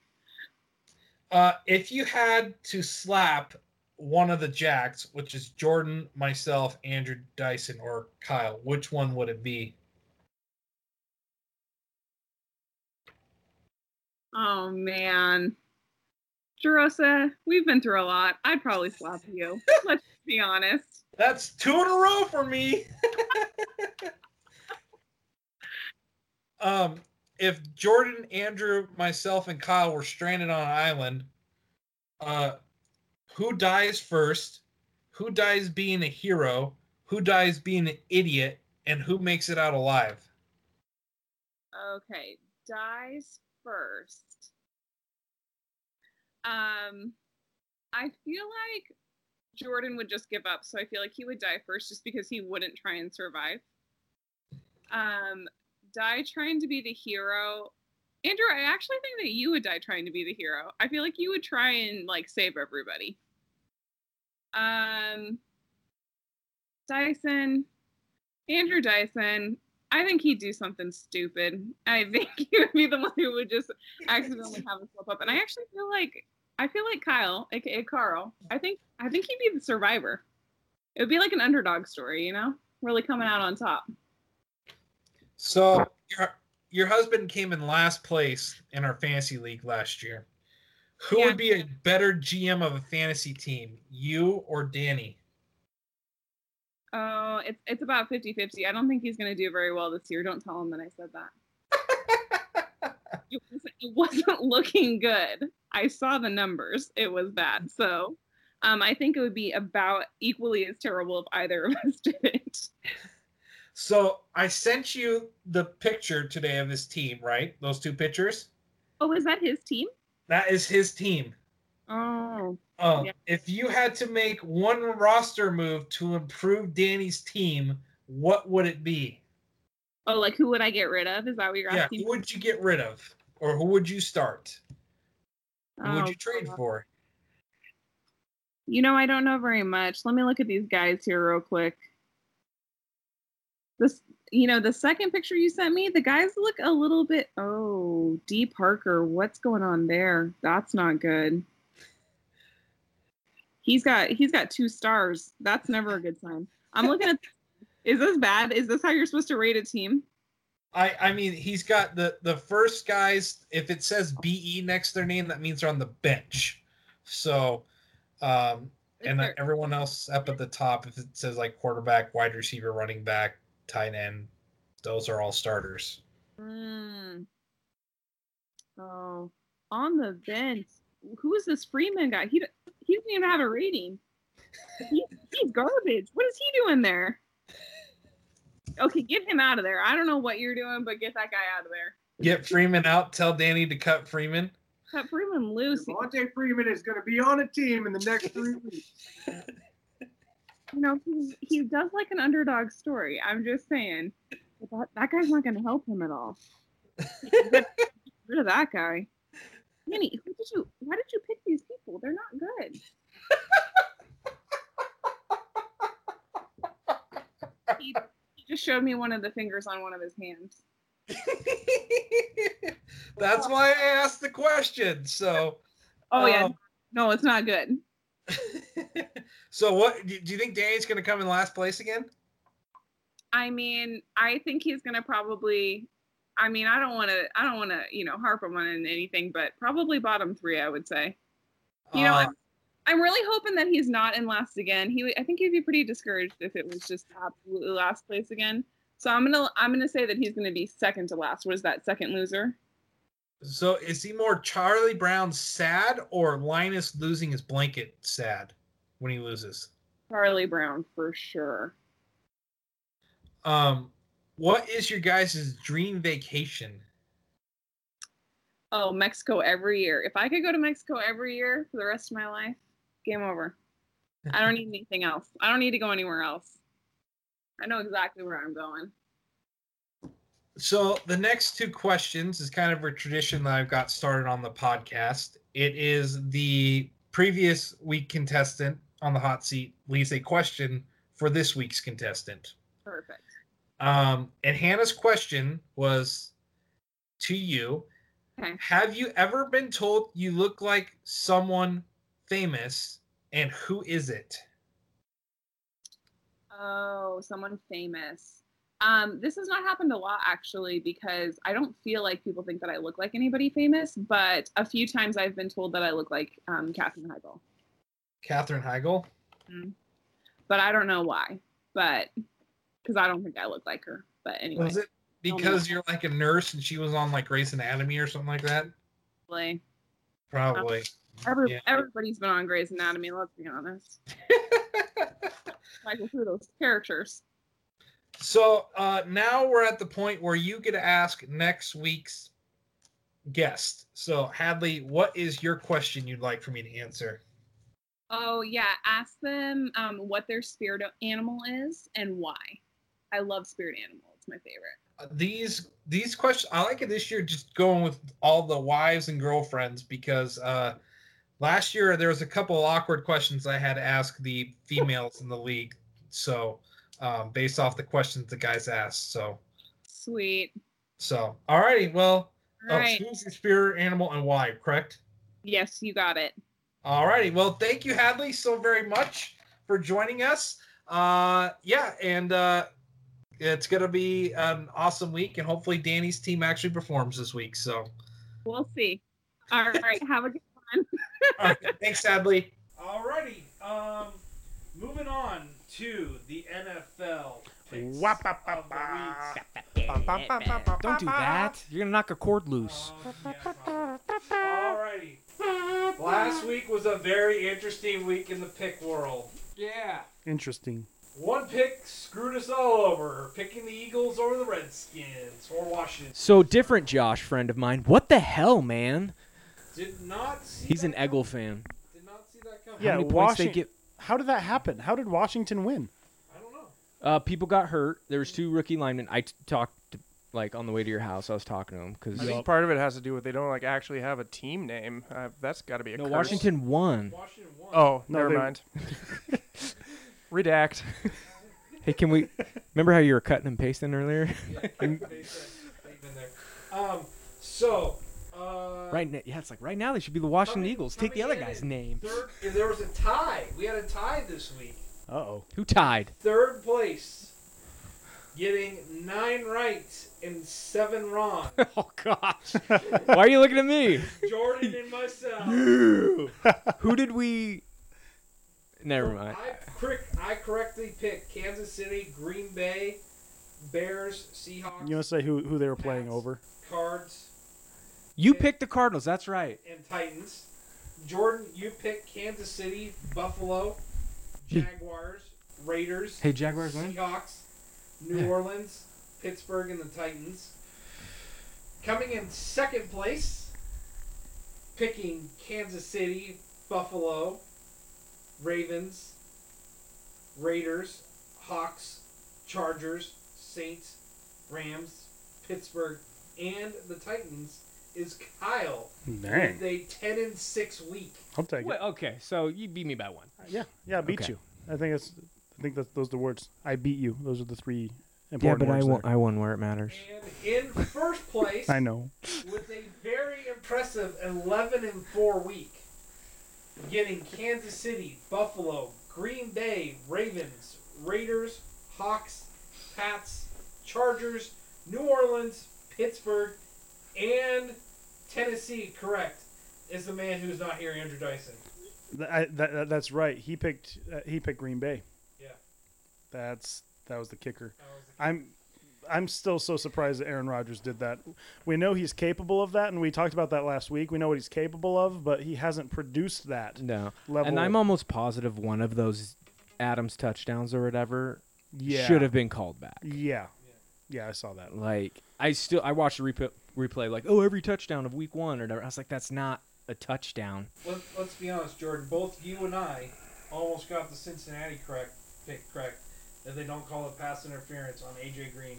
Speaker 1: Uh, if you had to slap one of the jacks, which is Jordan, myself, Andrew Dyson, or Kyle, which one would it be?
Speaker 5: Oh man. Jerosa, we've been through a lot. I'd probably slap you. Let's be honest.
Speaker 1: That's two in a row for me. um, if Jordan, Andrew, myself, and Kyle were stranded on an island, uh, who dies first? Who dies being a hero? Who dies being an idiot? And who makes it out alive?
Speaker 5: Okay, dies first. Um, I feel like Jordan would just give up, so I feel like he would die first just because he wouldn't try and survive. Um, die trying to be the hero. Andrew, I actually think that you would die trying to be the hero. I feel like you would try and like save everybody. Um, Dyson, Andrew Dyson, I think he'd do something stupid. I think he would be the one who would just accidentally have a slip up. And I actually feel like I feel like Kyle, aka Carl. I think I think he'd be the survivor. It would be like an underdog story, you know, really coming out on top.
Speaker 1: So your your husband came in last place in our fantasy league last year. Who
Speaker 5: Yeah.
Speaker 1: would be a better GM of a fantasy team, you or Danny?
Speaker 5: Oh, it's it's about 50-50. I don't think he's going to do very well this year. Don't tell him that I said that. it, wasn't, it wasn't looking good. I saw the numbers. It was bad. So, um, I think it would be about equally as terrible if either of us did it.
Speaker 1: So I sent you the picture today of his team, right? Those two pictures.
Speaker 5: Oh, is that his team?
Speaker 1: That is his team.
Speaker 5: Oh,
Speaker 1: Um,
Speaker 5: Yeah.
Speaker 1: If you had to make one roster move to improve Danny's team, what would it be?
Speaker 5: oh, like who would I get rid of? Is that what you're
Speaker 1: Yeah,
Speaker 5: asking?
Speaker 1: who would you get rid of, or who would you start? Who
Speaker 5: Oh,
Speaker 1: would you trade
Speaker 5: God.
Speaker 1: for?
Speaker 5: You know, I don't know very much. Let me look at these guys here real quick. This, you know, the second picture you sent me, the guys look a little bit. Oh, D. Parker, what's going on there? That's not good. He's got he's got two stars. That's never a good sign. I'm looking at. Is this bad? Is this how you're supposed to rate a team?
Speaker 1: I I mean he's got the the first guys. If it says BE next to their name, that means they're on the bench. So, um, and then
Speaker 5: They're-
Speaker 1: everyone else up at the top, if it says like quarterback, wide receiver, running back, tight end, those are all starters.
Speaker 5: Mm. Oh, on the bench. Who is this Freeman guy? He d- he doesn't even have a rating. He, he's garbage. What is he doing there? Okay, get him out of there. I don't know what you're doing, but get that guy out of there.
Speaker 1: Get Freeman out. Tell Danny to cut Freeman.
Speaker 5: Cut Freeman loose.
Speaker 4: Devontae Freeman is going to be on a team in the next three weeks.
Speaker 5: You know, he, he does like an underdog story. I'm just saying. But that, that guy's not going to help him at all. Get rid of that guy. Minnie, who did you? Why did you pick these people? They're not good. he, he just showed me one of the fingers on one of his hands.
Speaker 1: That's why I asked the question. So,
Speaker 5: Oh yeah,
Speaker 1: um,
Speaker 5: no, it's not good.
Speaker 1: so what do do you think Danny's going to come in last place again?
Speaker 5: I mean, I think he's gonna probably. I mean, I don't want to. I don't want to, you know, harp him on anything, but probably bottom three, I would say. You know,
Speaker 1: Uh,
Speaker 5: I'm, I'm really hoping that he's not in last again. He, would- I think he'd be pretty discouraged if it was just absolutely last place again. So I'm gonna, I'm gonna say that he's gonna be second to last. What is that? Second loser?
Speaker 1: So is he more Charlie Brown sad or Linus losing his blanket sad when he loses?
Speaker 5: Charlie Brown for sure.
Speaker 6: Um, what is your guys' dream vacation?
Speaker 5: Oh, Mexico every year. If I could go to Mexico every year for the rest of my life, game over. I don't e-, need anything else. I don't need to go anywhere else. I know exactly where I'm going.
Speaker 6: So the next two questions is kind of a tradition that I've got started on the podcast. It is the previous week contestant on the hot seat leaves a question for this week's contestant.
Speaker 5: Perfect.
Speaker 6: Um, and Hannah's question was to you:
Speaker 5: Okay.
Speaker 6: Have you ever been told you look like someone famous, and who is it?
Speaker 5: Oh, someone famous. Um, this has not happened a lot actually because I don't feel like people think that I look like anybody famous, but a few times I've been told that I look like um, Katherine Heigl,
Speaker 6: Katherine Heigl.
Speaker 5: but I don't know why. But because I don't think I look like her. But anyway,
Speaker 6: Was it because you're like a nurse and she was on like Grey's Anatomy or something like that?
Speaker 5: probably.
Speaker 6: Probably.
Speaker 5: Every,
Speaker 6: Yeah.
Speaker 5: Everybody's been on Grey's Anatomy. Let's be honest. Michael Kudos characters.
Speaker 6: So uh, now we're at the point where you get to ask next week's guest. So Hadley, what is your question you'd like for me to answer?
Speaker 5: Oh yeah, ask them um, what their spirit animal is and why. I love spirit animal. It's my favorite.
Speaker 6: Uh, These these questions I like it this year just going with all the wives and girlfriends because uh, last year there was a couple awkward questions I had to ask the females in the league. So um, based off the questions the guys asked. So
Speaker 5: Sweet.
Speaker 6: so alrighty, well
Speaker 5: All
Speaker 1: Oh,
Speaker 6: uh,
Speaker 5: right.
Speaker 6: who's your spirit animal and why, correct?
Speaker 5: Yes, you got it.
Speaker 6: All righty. Well, thank you, Hadley, so very much for joining us. Uh, yeah, and uh, it's going to be an awesome week, and hopefully Danny's team actually performs this week. So,
Speaker 5: We'll see. All right. Have a good
Speaker 6: all right, thanks, Hadley.
Speaker 1: Alrighty. Um, moving on to the NFL. picks of the week.
Speaker 3: Don't do that. You're gonna knock a cord loose.
Speaker 1: Um, yeah, probably. Alrighty. Last week was a very interesting week in the pick world.
Speaker 3: Yeah.
Speaker 2: Interesting.
Speaker 1: One pick screwed us all over, picking the Eagles over the Redskins or Washington.
Speaker 3: So different, Josh, friend of mine. What the hell, man?
Speaker 1: Did not see.
Speaker 3: He's
Speaker 1: that
Speaker 3: an
Speaker 1: coming.
Speaker 3: Eggle fan.
Speaker 1: Did not see that coming.
Speaker 2: Yeah,
Speaker 3: How many points they
Speaker 2: Washing-
Speaker 3: give?
Speaker 2: How did that happen? How did Washington win?
Speaker 1: I don't know.
Speaker 3: Uh, people got hurt. There was two rookie linemen. I t- talked to, like on the way to your house. I was talking to him because
Speaker 4: I think part of it has to do with they don't like actually have a team name. Uh, that's got to be a
Speaker 3: no,
Speaker 4: curse.
Speaker 3: Washington won.
Speaker 1: Washington won.
Speaker 4: Oh,
Speaker 2: No,
Speaker 4: never
Speaker 2: they-
Speaker 4: mind. Redact.
Speaker 3: Hey, can we remember how you were cutting and pasting earlier?
Speaker 1: Yeah, they've been- they've been there. Um, so. Uh,
Speaker 3: right now, yeah, it's like right now they should be the Washington
Speaker 1: Coming-
Speaker 3: Eagles. Take the
Speaker 1: coming
Speaker 3: other
Speaker 1: in
Speaker 3: guy's
Speaker 1: at
Speaker 3: name.
Speaker 1: Third, there was a tie. We had a tie this week.
Speaker 2: Uh oh.
Speaker 3: Who tied?
Speaker 1: Third place, getting nine right and seven wrong.
Speaker 3: Oh gosh, why are you looking at me?
Speaker 1: Jordan and myself.
Speaker 3: Who did we? Never mind.
Speaker 1: I, correct, I correctly picked Kansas City, Green Bay, Bears, Seahawks,
Speaker 2: You want to say who who they were playing over?
Speaker 1: Cards,
Speaker 3: You picked the Cardinals. That's right.
Speaker 1: and Titans. Jordan, you picked Kansas City, Buffalo,
Speaker 3: Hmm.
Speaker 1: Jaguars, Raiders,
Speaker 3: Hey, Jaguars win.
Speaker 1: Seahawks, New Orleans, Pittsburgh, and the Titans. Coming in second place, picking Kansas City, Buffalo, Ravens, Raiders, Hawks, Chargers, Saints, Rams, Pittsburgh, and the Titans is Kyle with a ten and six week.
Speaker 2: I'll take
Speaker 3: Wait,
Speaker 2: it.
Speaker 3: okay, so you beat me by one.
Speaker 2: Uh, Yeah, yeah, I beat
Speaker 3: Okay.
Speaker 2: you. I think that's. I think that's those are the words. I beat you. Those are the three important words there.
Speaker 3: I won where it matters.
Speaker 1: And in first place
Speaker 2: I know.
Speaker 1: with a very impressive 11 and 4 week, getting Kansas City, Buffalo, Green Bay, Ravens, Raiders, Hawks, Pats, Chargers, New Orleans, Pittsburgh, and Tennessee. Correct is the man who's not here, Andrew Dyson.
Speaker 2: Th- I, that, that, that's right. He picked. Uh, he picked Green Bay.
Speaker 1: Yeah.
Speaker 2: That's that was the kicker.
Speaker 1: That was the-
Speaker 2: I'm. I'm still so surprised that Aaron Rodgers did that. We know he's capable of that, and we talked about that last week. We know what he's capable of, but he hasn't produced that
Speaker 3: No,
Speaker 2: level.
Speaker 3: and I'm almost positive one of those Adams touchdowns or whatever
Speaker 2: Yeah.
Speaker 3: should have been called back.
Speaker 2: Yeah. Yeah, I saw that.
Speaker 3: Like I still I watched the replay, replay like oh every touchdown of week one or whatever. I was like that's not a touchdown.
Speaker 1: Let, let's be honest, Jordan. Both you and I almost got the Cincinnati correct pick correct that they don't call it pass interference on AJ Green.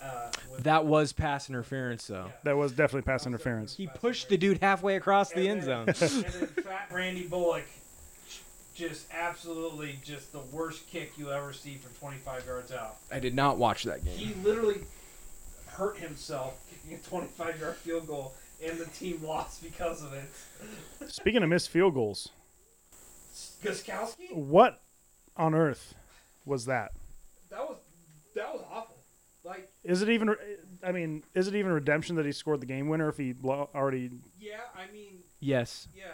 Speaker 1: Uh, with,
Speaker 3: That was pass interference though.
Speaker 1: yeah.
Speaker 2: That was definitely pass interference.
Speaker 3: He pushed the dude halfway across the end
Speaker 1: And
Speaker 3: zone.
Speaker 1: then- and then fat Randy Bullock just absolutely just the worst kick you ever see from 25 yards out.
Speaker 3: I did not watch that game.
Speaker 1: He literally hurt himself kicking a 25 yard field goal, and the team lost because of it.
Speaker 2: Speaking of missed field goals,
Speaker 1: Guskowski?
Speaker 2: what on earth was that?
Speaker 1: That was that was awful. Like,
Speaker 2: Is it even? I mean, is it even redemption that he scored the game winner if he blo- already?
Speaker 1: yeah, I mean,
Speaker 3: Yes,
Speaker 1: yeah,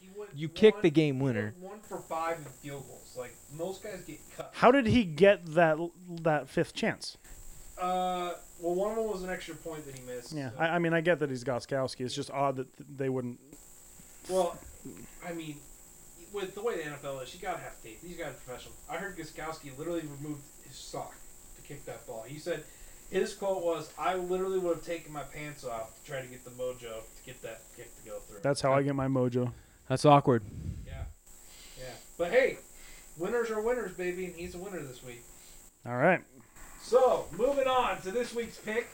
Speaker 1: he went.
Speaker 3: you
Speaker 1: one-
Speaker 3: kicked the game winner.
Speaker 1: One for five in field goals. Like most guys get cut.
Speaker 2: How did he get that that fifth chance?
Speaker 1: Uh, well, one of them was an extra point that he missed.
Speaker 2: Yeah,
Speaker 1: so-
Speaker 2: I, I mean, I get that he's Goskowski. It's just odd that th- they wouldn't.
Speaker 1: Well, I mean, with the way the NFL is, you gotta have tape. These guys are professional. I heard Guskowski literally removed his sock to kick that ball. He said his quote was, "I literally would have taken my pants off to try to get the mojo to get that kick to go through."
Speaker 2: That's how I get my mojo.
Speaker 3: That's awkward.
Speaker 1: yeah, yeah. But hey, winners are winners, baby, and he's a winner this week.
Speaker 2: All right.
Speaker 1: So moving on to this week's pick,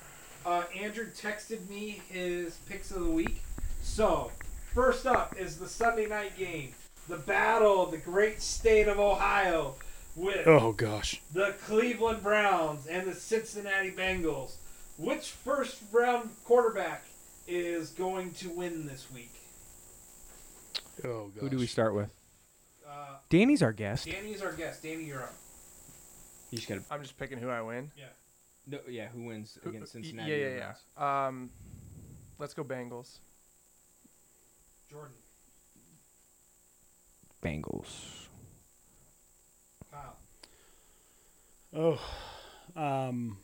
Speaker 1: uh, Andrew texted me his picks of the week. So first up is the Sunday night game, the battle of the great state of Ohio with
Speaker 2: Oh gosh.
Speaker 1: the Cleveland Browns and the Cincinnati Bengals. Which first round quarterback is going to win this week?
Speaker 2: Oh gosh.
Speaker 3: Who do we start with?
Speaker 1: Uh,
Speaker 3: Danny's our guest.
Speaker 1: Danny is our guest. Danny, you're up.
Speaker 3: You just gotta.
Speaker 4: I'm just picking who I win.
Speaker 3: No, yeah, who wins
Speaker 4: Who-
Speaker 3: against
Speaker 4: y-
Speaker 3: Cincinnati?
Speaker 4: Yeah,
Speaker 3: or
Speaker 4: yeah,
Speaker 3: Browns?
Speaker 4: yeah. Um, let's go Bengals.
Speaker 1: Jordan,
Speaker 3: Bengals.
Speaker 1: Kyle.
Speaker 2: Oh, um,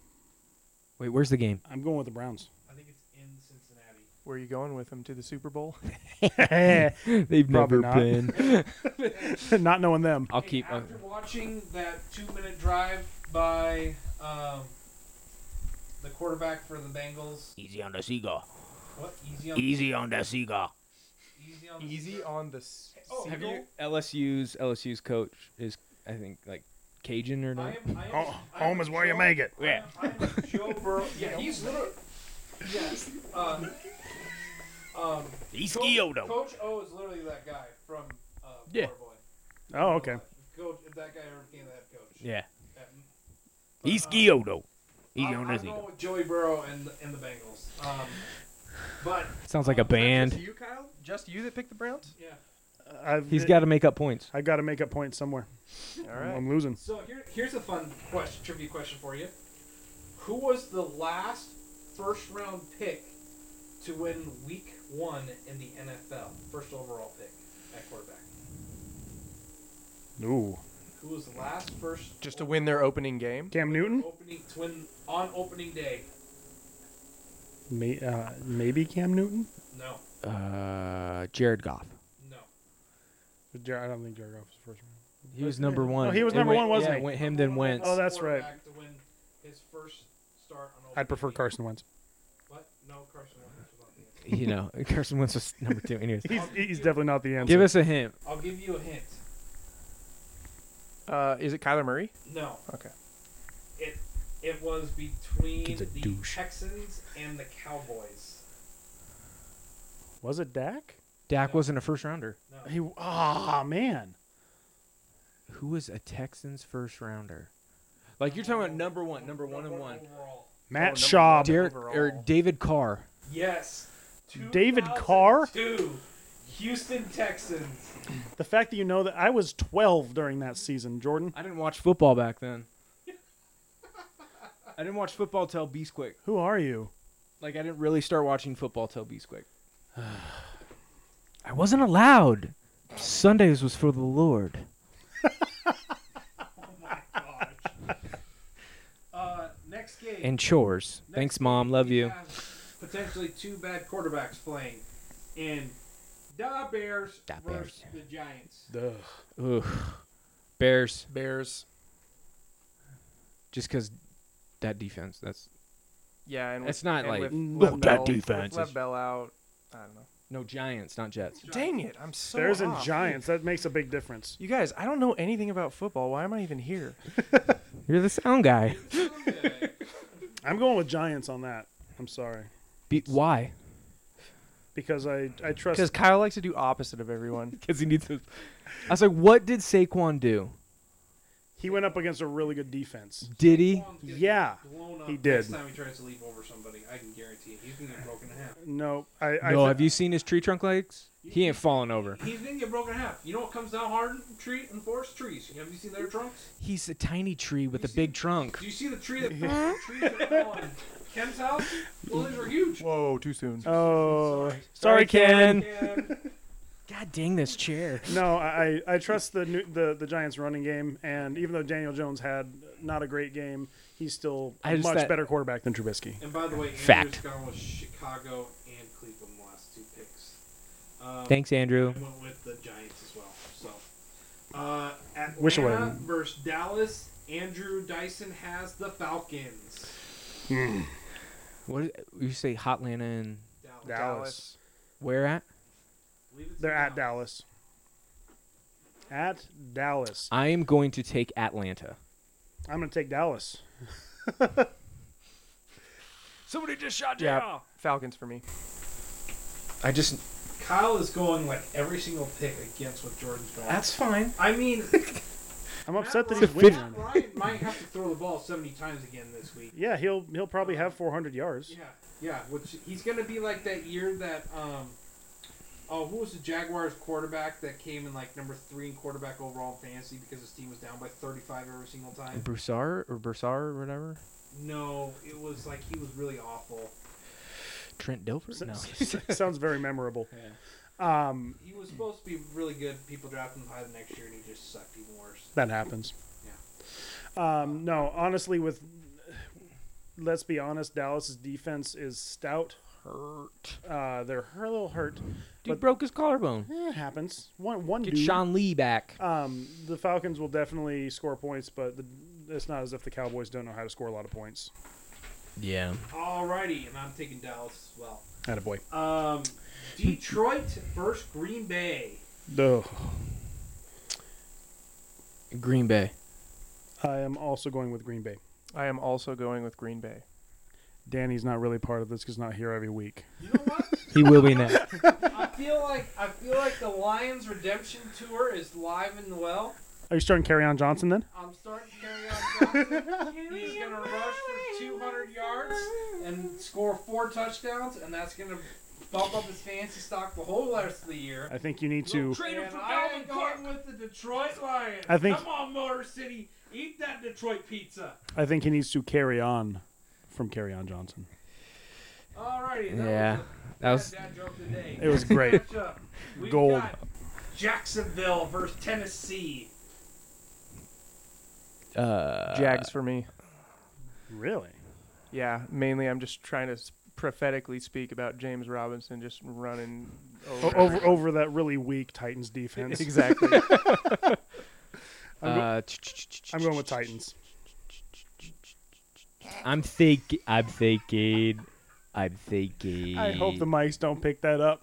Speaker 3: Wait, where's the game?
Speaker 2: I'm going with the Browns.
Speaker 1: I think it's in Cincinnati.
Speaker 4: Where are you going with them to the Super Bowl?
Speaker 2: Probably
Speaker 3: They've never
Speaker 2: not.
Speaker 3: been.
Speaker 2: Not knowing them.
Speaker 3: I'll
Speaker 1: Hey,
Speaker 3: keep. Uh,
Speaker 1: after watching that two-minute drive by um, the quarterback for the Bengals.
Speaker 7: Easy on the seagull.
Speaker 1: What easy on
Speaker 7: Easy on the seagull.
Speaker 1: easy on
Speaker 4: Easy on the. s-
Speaker 1: Oh,
Speaker 3: have
Speaker 1: Seagull?
Speaker 3: you LSU's LSU's coach is I think like Cajun or
Speaker 1: I
Speaker 3: not?
Speaker 1: am, I am,
Speaker 2: Oh,
Speaker 1: I am
Speaker 2: home is where you
Speaker 1: Joe-
Speaker 2: make it.
Speaker 1: I am- I am Joe Burrow. Yeah, he's literally. Yes. Uh, um,
Speaker 7: He's
Speaker 1: Coach,
Speaker 7: Kyoto.
Speaker 1: Coach O is literally that guy from uh,
Speaker 3: Yeah.
Speaker 1: Waterboy.
Speaker 2: Oh, okay.
Speaker 1: Coach, if that guy ever became the head coach.
Speaker 3: Yeah.
Speaker 1: Um, but,
Speaker 7: He's
Speaker 1: um,
Speaker 7: Kyoto. Easy
Speaker 1: I'm, I'm
Speaker 7: on the
Speaker 1: going
Speaker 7: seagull.
Speaker 1: with Joey Burrow and the, and the Bengals. Um, but
Speaker 3: Sounds like a
Speaker 4: Just
Speaker 3: band.
Speaker 4: you, Kyle? Just you that picked the Browns?
Speaker 1: yeah.
Speaker 2: I've,
Speaker 3: He's got to make up points.
Speaker 2: I got to make up points somewhere.
Speaker 4: All right.
Speaker 2: I'm losing.
Speaker 1: So here, here's a fun question, trivia question for you. Who was the last first round pick to win Week One in the NFL? First overall pick at quarterback.
Speaker 2: Ooh.
Speaker 1: Who was the last first
Speaker 4: Just to win their opening game.
Speaker 2: Cam Newton?
Speaker 1: opening to win on opening day?
Speaker 2: May, uh, maybe Cam Newton?
Speaker 1: No,
Speaker 3: Uh, Jared Goff.
Speaker 1: no.
Speaker 2: I don't think Jared Goff was first round.
Speaker 3: He was number one.
Speaker 2: he was
Speaker 3: It
Speaker 2: number
Speaker 3: went-
Speaker 2: one, wasn't
Speaker 3: yeah,
Speaker 2: he?
Speaker 3: it went him then Wentz.
Speaker 2: Oh, that's right.
Speaker 1: Quarterback To win his first start on
Speaker 2: I'd
Speaker 1: opening
Speaker 2: prefer
Speaker 1: day.
Speaker 2: Carson Wentz.
Speaker 1: What? No, Carson Wentz was on the answer.
Speaker 3: you know, Carson Wentz was number two. Anyways,
Speaker 2: He's, he's definitely not the answer.
Speaker 3: give us a hint.
Speaker 1: I'll give you a hint.
Speaker 4: Uh, is it Kyler Murray?
Speaker 1: No.
Speaker 4: Okay.
Speaker 1: It it was between
Speaker 7: He's a
Speaker 1: the
Speaker 7: douche.
Speaker 1: Texans and the Cowboys.
Speaker 2: Was it Dak?
Speaker 3: Dak wasn't a first rounder.
Speaker 1: No.
Speaker 2: He ah man.
Speaker 3: Who was a Texans first rounder? Like you're talking about number one, number one and one.
Speaker 1: Overall.
Speaker 2: Matt
Speaker 4: Oh, number
Speaker 2: Schaub.
Speaker 4: one.
Speaker 3: Derek or
Speaker 4: Overall.
Speaker 3: David Carr.
Speaker 1: Yes.
Speaker 2: David Carr?
Speaker 1: Two. Houston Texans.
Speaker 2: The fact that you know that I was 12 during that season, Jordan.
Speaker 3: I didn't watch football back then. I didn't watch football till Beast Quick.
Speaker 2: Who are you?
Speaker 3: Like I didn't really start watching football till Beast Quick. I wasn't allowed. Sundays was for the Lord.
Speaker 1: Oh my gosh. uh, next game.
Speaker 3: And chores.
Speaker 1: Next
Speaker 3: Thanks,
Speaker 1: game,
Speaker 3: Mom. Love
Speaker 1: we
Speaker 3: you.
Speaker 1: have Potentially two bad quarterbacks playing in the Bears
Speaker 3: Da
Speaker 1: versus the Giants.
Speaker 2: Duh.
Speaker 3: Ugh. Bears.
Speaker 4: Bears.
Speaker 3: just because that defense. That's
Speaker 4: Yeah, and
Speaker 3: It's not
Speaker 4: and
Speaker 3: like-
Speaker 4: with
Speaker 2: Not
Speaker 4: Lev
Speaker 7: that
Speaker 4: Bell- with
Speaker 7: defense
Speaker 4: Lev
Speaker 7: is-
Speaker 4: Bell out. I don't know.
Speaker 3: no Giants, not Jets.
Speaker 4: Dang it! I'm so.
Speaker 2: There's a
Speaker 4: off.
Speaker 2: Giants. That makes a big difference.
Speaker 4: You guys, I don't know anything about football. Why am I even here?
Speaker 3: You're the sound guy.
Speaker 2: I'm going with Giants on that. I'm sorry
Speaker 3: Be- why?
Speaker 2: because I I trust.
Speaker 4: Because Kyle likes to do opposite of everyone.
Speaker 3: Because he needs to. I was like, what did Saquon do?
Speaker 2: He went up against a really good defense.
Speaker 3: Did he?
Speaker 2: Yeah,
Speaker 1: blown up
Speaker 2: he did.
Speaker 1: Next time he tries to leap over somebody, I can guarantee it. He's gonna get broken in half.
Speaker 2: No, I. I
Speaker 3: No. Have you seen his tree trunk legs? He ain't falling over.
Speaker 1: He's gonna get broken in half. You know what comes down hard in tree in forest trees? Have you seen their trunks?
Speaker 3: He's a tiny tree with a
Speaker 1: see-
Speaker 3: big trunk.
Speaker 1: Do you see the tree that trees that fell on Ken's house? Well, those are huge.
Speaker 4: Whoa, too soon.
Speaker 2: Oh,
Speaker 1: Sorry.
Speaker 2: sorry, Ken.
Speaker 1: Ken,
Speaker 3: God dang this chair.
Speaker 2: No, I I I trust the new, the the Giants running game, and even though Daniel Jones had not a great game, he's still
Speaker 3: I
Speaker 2: a
Speaker 3: just
Speaker 2: much
Speaker 3: that-
Speaker 2: better quarterback than Trubisky.
Speaker 1: and by the way,
Speaker 3: Fact.
Speaker 1: Andrew's gone with Chicago and Cleveland the last two picks. Um,
Speaker 3: Thanks, Andrew.
Speaker 1: I went with the Giants as well. So, uh, Atlanta
Speaker 2: Wish I would've-
Speaker 1: versus Dallas. Andrew Dyson has the Falcons.
Speaker 3: What is, you say, Hotlanta and
Speaker 1: Dallas.
Speaker 2: Dallas.
Speaker 3: where at?
Speaker 1: I believe it's
Speaker 2: They're
Speaker 1: in
Speaker 2: at Dallas. At Dallas,
Speaker 3: I am going to take Atlanta.
Speaker 2: I'm gonna take Dallas.
Speaker 3: Somebody just shot
Speaker 4: Yeah, Falcons for me.
Speaker 3: I just.
Speaker 1: Kyle is going like every single pick against what Jordan's going.
Speaker 3: fine.
Speaker 1: I mean,
Speaker 2: I'm upset that
Speaker 1: Matt
Speaker 2: he's
Speaker 1: Ryan,
Speaker 2: winning. on
Speaker 1: Matt
Speaker 2: it.
Speaker 1: Ryan might have to throw the ball 70 times again this week.
Speaker 2: Yeah, he'll he'll probably have 400 yards.
Speaker 1: Yeah, yeah. Which he's gonna be like that year that um, oh, who was the Jaguars quarterback that came in like number three in quarterback overall in fantasy because his team was down by 35 every single time.
Speaker 3: Broussard or Broussard or whatever.
Speaker 1: No, it was like he was really awful.
Speaker 3: Trent Dilfer? No.
Speaker 2: S- s- Sounds very memorable. Um,
Speaker 1: He was supposed to be really good. People drafted him high the next year, and he just sucked even worse.
Speaker 2: that happens. Um, no, honestly, with let's be honest, Dallas's defense is stout.
Speaker 3: Hurt.
Speaker 2: Uh, they're a little hurt.
Speaker 3: Dude
Speaker 2: But-
Speaker 3: broke his collarbone.
Speaker 2: Eh, it happens. One one
Speaker 3: Get
Speaker 2: dude.
Speaker 3: Sean Lee back.
Speaker 2: Um, the Falcons will definitely score points, but the, it's not as if the Cowboys don't know how to score a lot of points.
Speaker 3: Yeah.
Speaker 1: Alrighty, and I'm taking Dallas as well.
Speaker 2: Attaboy.
Speaker 1: Um, Detroit versus Green Bay.
Speaker 2: Ugh.
Speaker 3: Green Bay.
Speaker 2: I am also going with Green Bay.
Speaker 4: I am also going with Green Bay.
Speaker 2: Danny's not really part of this because not here every week.
Speaker 1: You know what?
Speaker 3: He will be next.
Speaker 1: I feel like I feel like the Lions redemption tour is live and well.
Speaker 2: Are you starting Carry On Johnson then?
Speaker 1: I'm starting to carry on. Johnson. He's gonna rush for 200 yards and score four touchdowns, and that's gonna bump up his fantasy stock the whole rest of the year.
Speaker 2: I think you need to.
Speaker 7: Trade him
Speaker 1: And
Speaker 7: for
Speaker 1: I am
Speaker 7: Dalvin
Speaker 1: going with the Detroit Lions.
Speaker 2: I think-
Speaker 1: Come on, Motor City, eat that Detroit pizza.
Speaker 2: I think he needs to carry on from Carry On Johnson.
Speaker 1: Alrighty. That
Speaker 3: Yeah.
Speaker 1: Was a
Speaker 3: That was.
Speaker 1: bad dad joke today.
Speaker 2: It was great.
Speaker 1: Matchup. We've
Speaker 2: Gold.
Speaker 1: got Jacksonville versus Tennessee.
Speaker 3: Uh,
Speaker 4: Jags for me.
Speaker 2: really?
Speaker 4: Yeah, mainly I'm just trying to s- prophetically speak about James Robinson just running
Speaker 2: O-
Speaker 4: over.
Speaker 2: over over that really weak Titans defense.
Speaker 4: exactly.
Speaker 2: I'm, go-
Speaker 3: uh, ch- ch- ch- ch-
Speaker 2: I'm going with
Speaker 3: ch-
Speaker 2: Titans.
Speaker 3: I'm thinking. I'm thinking. I'm thinking.
Speaker 2: I hope the mics don't pick that up.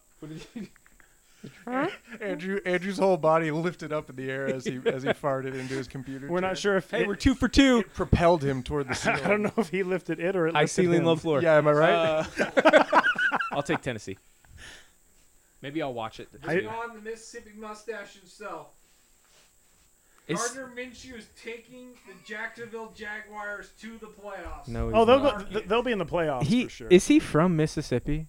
Speaker 4: Andrew Andrew's whole body lifted up in the air as he as he farted into his computer.
Speaker 2: We're not sure if
Speaker 3: Hey,
Speaker 2: it-
Speaker 3: we're two for two.
Speaker 4: It propelled him toward the ceiling.
Speaker 2: I don't know if he lifted it or it
Speaker 3: High
Speaker 2: lifted
Speaker 3: ceiling,
Speaker 2: him.
Speaker 3: low floor.
Speaker 4: Yeah, am I right?
Speaker 3: Uh, I'll take Tennessee. Maybe I'll watch it.
Speaker 2: I-
Speaker 1: Bring on the Mississippi mustache himself.
Speaker 2: Oh,
Speaker 3: It's,
Speaker 1: Gardner Minshew is taking the Jacksonville Jaguars to the playoffs.
Speaker 3: no,
Speaker 2: Oh, they'll
Speaker 3: he's
Speaker 2: go,
Speaker 3: not.
Speaker 2: th- they'll be in the playoffs
Speaker 3: He
Speaker 2: for sure.
Speaker 3: is he from Mississippi?